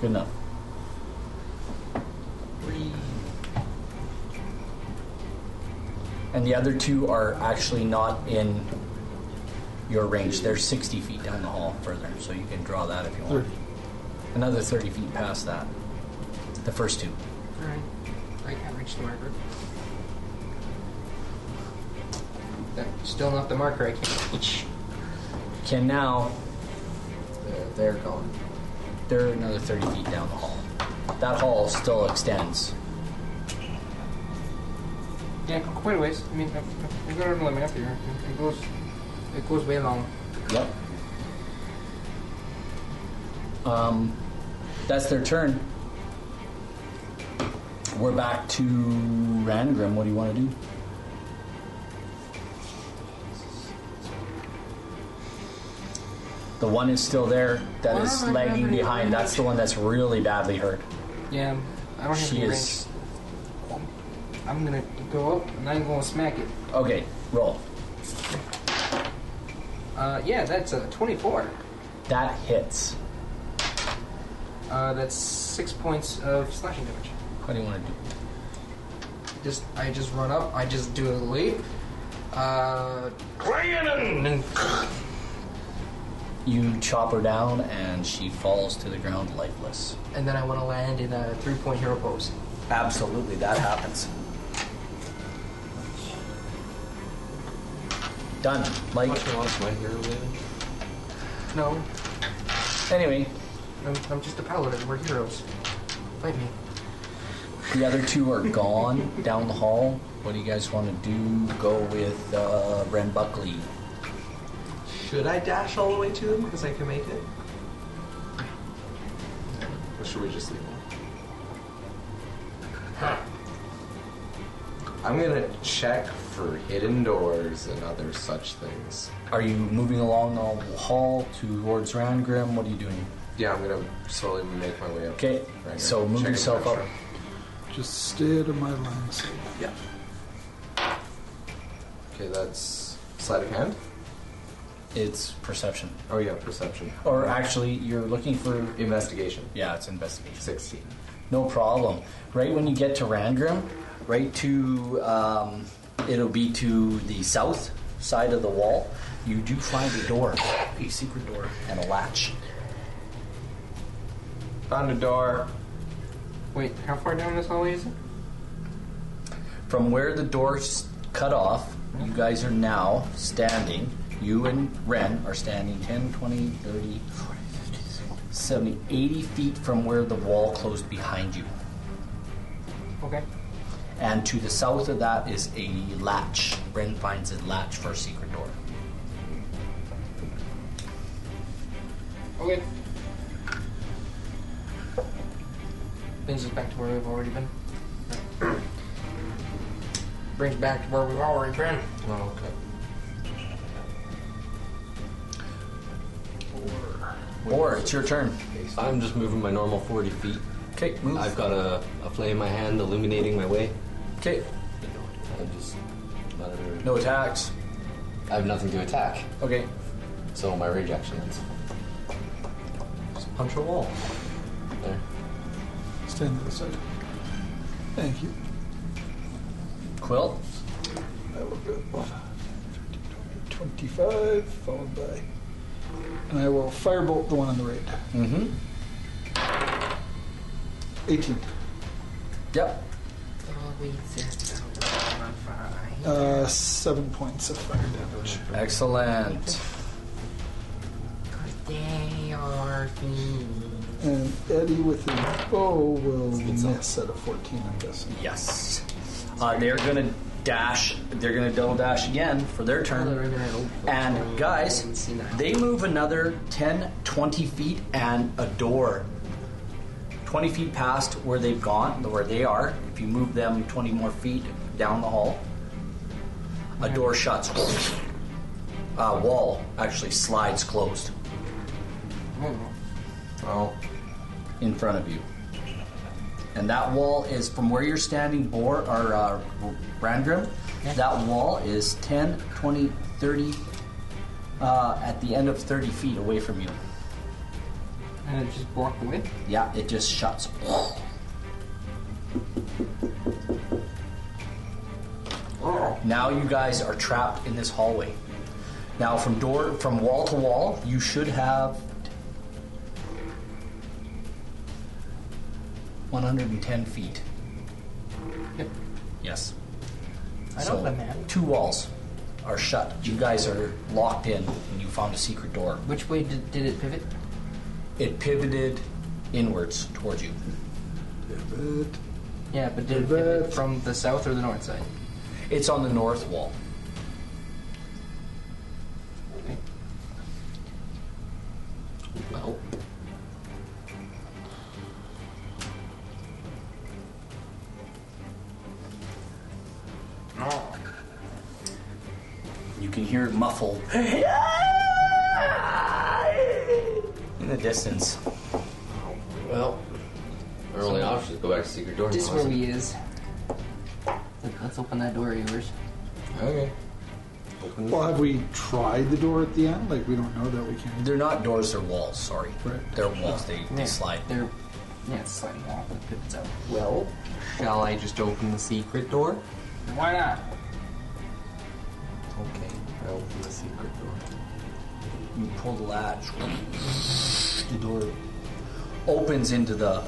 Speaker 1: Good enough. And the other two are actually not in your range. They're 60 feet down the hall further, so you can draw that if you want.
Speaker 2: 30.
Speaker 1: Another 30 feet past that. The first two.
Speaker 6: All right. I can't reach the marker. That's still not the marker. I can't reach.
Speaker 1: Can now,
Speaker 5: They're, they're gone.
Speaker 1: they're another 30 feet down the hall. That hall still extends.
Speaker 6: Yeah, quite a ways. I mean, I- I've got it on the map here. It goes, it goes way long.
Speaker 1: Yep. Um, that's their turn. We're back to Rangrim. What do you want to do? The one is still there that is
Speaker 6: Why am I
Speaker 1: lagging
Speaker 6: having
Speaker 1: behind. That's the one that's really badly hurt.
Speaker 6: Yeah, um, I don't have
Speaker 1: She
Speaker 6: any
Speaker 1: is.
Speaker 6: range. I'm gonna go up and I'm gonna smack it.
Speaker 1: Okay, roll.
Speaker 6: Uh, yeah, that's a 24.
Speaker 1: That hits.
Speaker 6: Uh, that's six points of slashing damage.
Speaker 1: What do you want to do?
Speaker 6: Just, I just run up. I just do a leap. Uh, Glennon! and
Speaker 1: You chop her down, and she falls to the ground lifeless.
Speaker 6: and then I want to land in a three-point hero pose.
Speaker 1: Absolutely, that happens. Done. Like,
Speaker 3: How much do I want to smite hero damage?
Speaker 6: No,
Speaker 1: anyway,
Speaker 6: I'm, I'm just a paladin. We're heroes. Fight me.
Speaker 1: the other two are gone down the hall. What do you guys want to do? Go with uh, Ren Buckley.
Speaker 3: Should I dash all the way to them because I can make it?
Speaker 5: Or should we just leave them? I'm gonna check for hidden doors and other such things.
Speaker 1: Are you moving along the hall towards Rangrim? What are you doing?
Speaker 5: Yeah, I'm gonna slowly make my way up.
Speaker 1: Okay,
Speaker 5: Right
Speaker 1: so
Speaker 5: here.
Speaker 1: move
Speaker 5: Checking
Speaker 1: yourself up.
Speaker 5: pressure.
Speaker 2: Just stay out of my lines.
Speaker 5: Okay, that's sleight of hand.
Speaker 1: It's perception.
Speaker 5: Oh yeah, perception
Speaker 1: Or actually, you're looking for.
Speaker 5: investigation.
Speaker 1: Yeah, it's investigation.
Speaker 5: Sixteen.
Speaker 1: No problem. Right when you get to Rangrim, right to. Um, it'll be to the south side of the wall. You do find a door, a secret door, and a latch.
Speaker 5: Found a door.
Speaker 6: Wait, how far down this hallway is it?
Speaker 1: From where the door's cut off, you guys are now standing. You and Ren are standing 10, 20, 30, 40, 50, 70, 80 feet from where the wall closed behind you.
Speaker 6: Okay.
Speaker 1: And to the south of that is a latch. Ren finds a latch for a secret door.
Speaker 6: Okay. Brings us back to where we've already been. Brings back to where we've already been.
Speaker 5: Oh, okay.
Speaker 1: Or it's your turn.
Speaker 3: I'm just moving my normal 40 feet.
Speaker 1: Okay, move.
Speaker 3: I've got a, a flame in my hand illuminating my way.
Speaker 1: Okay,
Speaker 3: I'm just not everywhere.
Speaker 1: no attacks.
Speaker 3: I have nothing to attack,
Speaker 1: Okay,
Speaker 3: so my rage action ends. Just punch a wall. There.
Speaker 2: Stand to the side. Thank you.
Speaker 1: Quill.
Speaker 2: I will go off. 25, followed by. And I will firebolt the one on the right.
Speaker 1: Mm-hmm.
Speaker 2: 18.
Speaker 1: Yep.
Speaker 2: Uh, 7 points of fire damage.
Speaker 1: Excellent.
Speaker 6: They are
Speaker 2: And Eddie with a bow will miss at a 14, I'm
Speaker 1: Mm-hmm.
Speaker 2: guessing.
Speaker 1: Yes. Uh, they're gonna dash. They're gonna double dash again for their turn. And guys, they move another 10, 20 feet and a door. 20 feet past where they've gone, where they are. If you move them 20 more feet down the hall, a door shuts. Uh, wall actually slides closed
Speaker 5: Well,
Speaker 1: in front of you. And that wall is from where you're standing, Bor or uh, Rangrim. That wall is 10, 20, 30, uh, at the end of 30 feet away from you.
Speaker 6: And it just walked away.
Speaker 1: Yeah, it just shuts.
Speaker 6: Oh.
Speaker 1: Now you guys are trapped in this hallway. Now from door from wall to wall, you should have 110 feet.
Speaker 6: Yep.
Speaker 1: Yes.
Speaker 6: I know the man.
Speaker 1: Two walls are shut. You guys are locked in, and you found a secret door.
Speaker 6: Which way did, did it pivot?
Speaker 1: It pivoted inwards towards you.
Speaker 2: Pivot.
Speaker 6: Yeah, but did it
Speaker 2: Pivot.
Speaker 6: pivot from the south or the north side?
Speaker 1: It's on the north wall.
Speaker 3: Well.
Speaker 1: You can hear it muffled in the distance.
Speaker 3: Well. Our only option is go back to secret door.
Speaker 6: This
Speaker 3: now,
Speaker 6: where
Speaker 3: isn't
Speaker 6: we is. Let- Let's open that door of yours.
Speaker 5: okay.
Speaker 3: it? Open
Speaker 2: Well, have we tried the door at the end? Like, we don't know that we can.
Speaker 1: They're not doors, they're walls, sorry.
Speaker 2: Right.
Speaker 1: They're walls, they, they
Speaker 6: Yeah.
Speaker 1: slide.
Speaker 6: There. Yeah, it's sliding off. It pivots out.
Speaker 3: Well, shall I just open the secret door?
Speaker 6: Why not?
Speaker 3: Okay, I open the secret door.
Speaker 1: You pull the latch. The door opens into the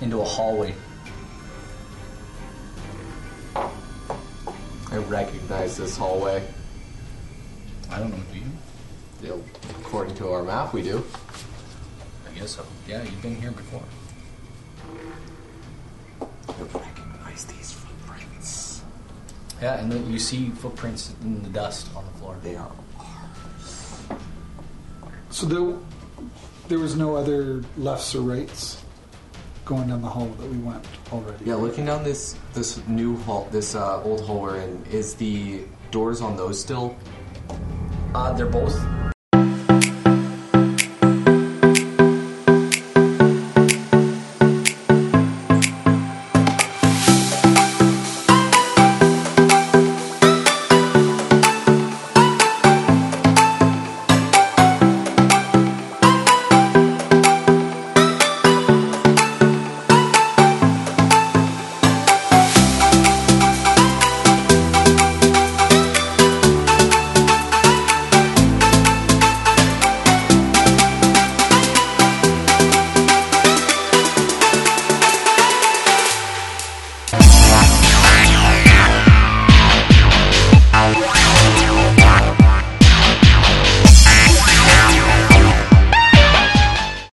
Speaker 1: into a hallway.
Speaker 5: I recognize this hallway.
Speaker 1: I don't know, do you?
Speaker 5: You know, According to our map, we do.
Speaker 1: I guess so. Yeah, you've been here before.
Speaker 5: I recognize these footprints.
Speaker 1: Yeah, and then you see footprints in the dust on the floor.
Speaker 5: They are.
Speaker 2: So there, there was no other lefts or rights. going down the hall that we went already.
Speaker 7: Yeah, looking down this this new hall, this uh, old hall we're in, is the doors on those still?
Speaker 8: Uh, they're both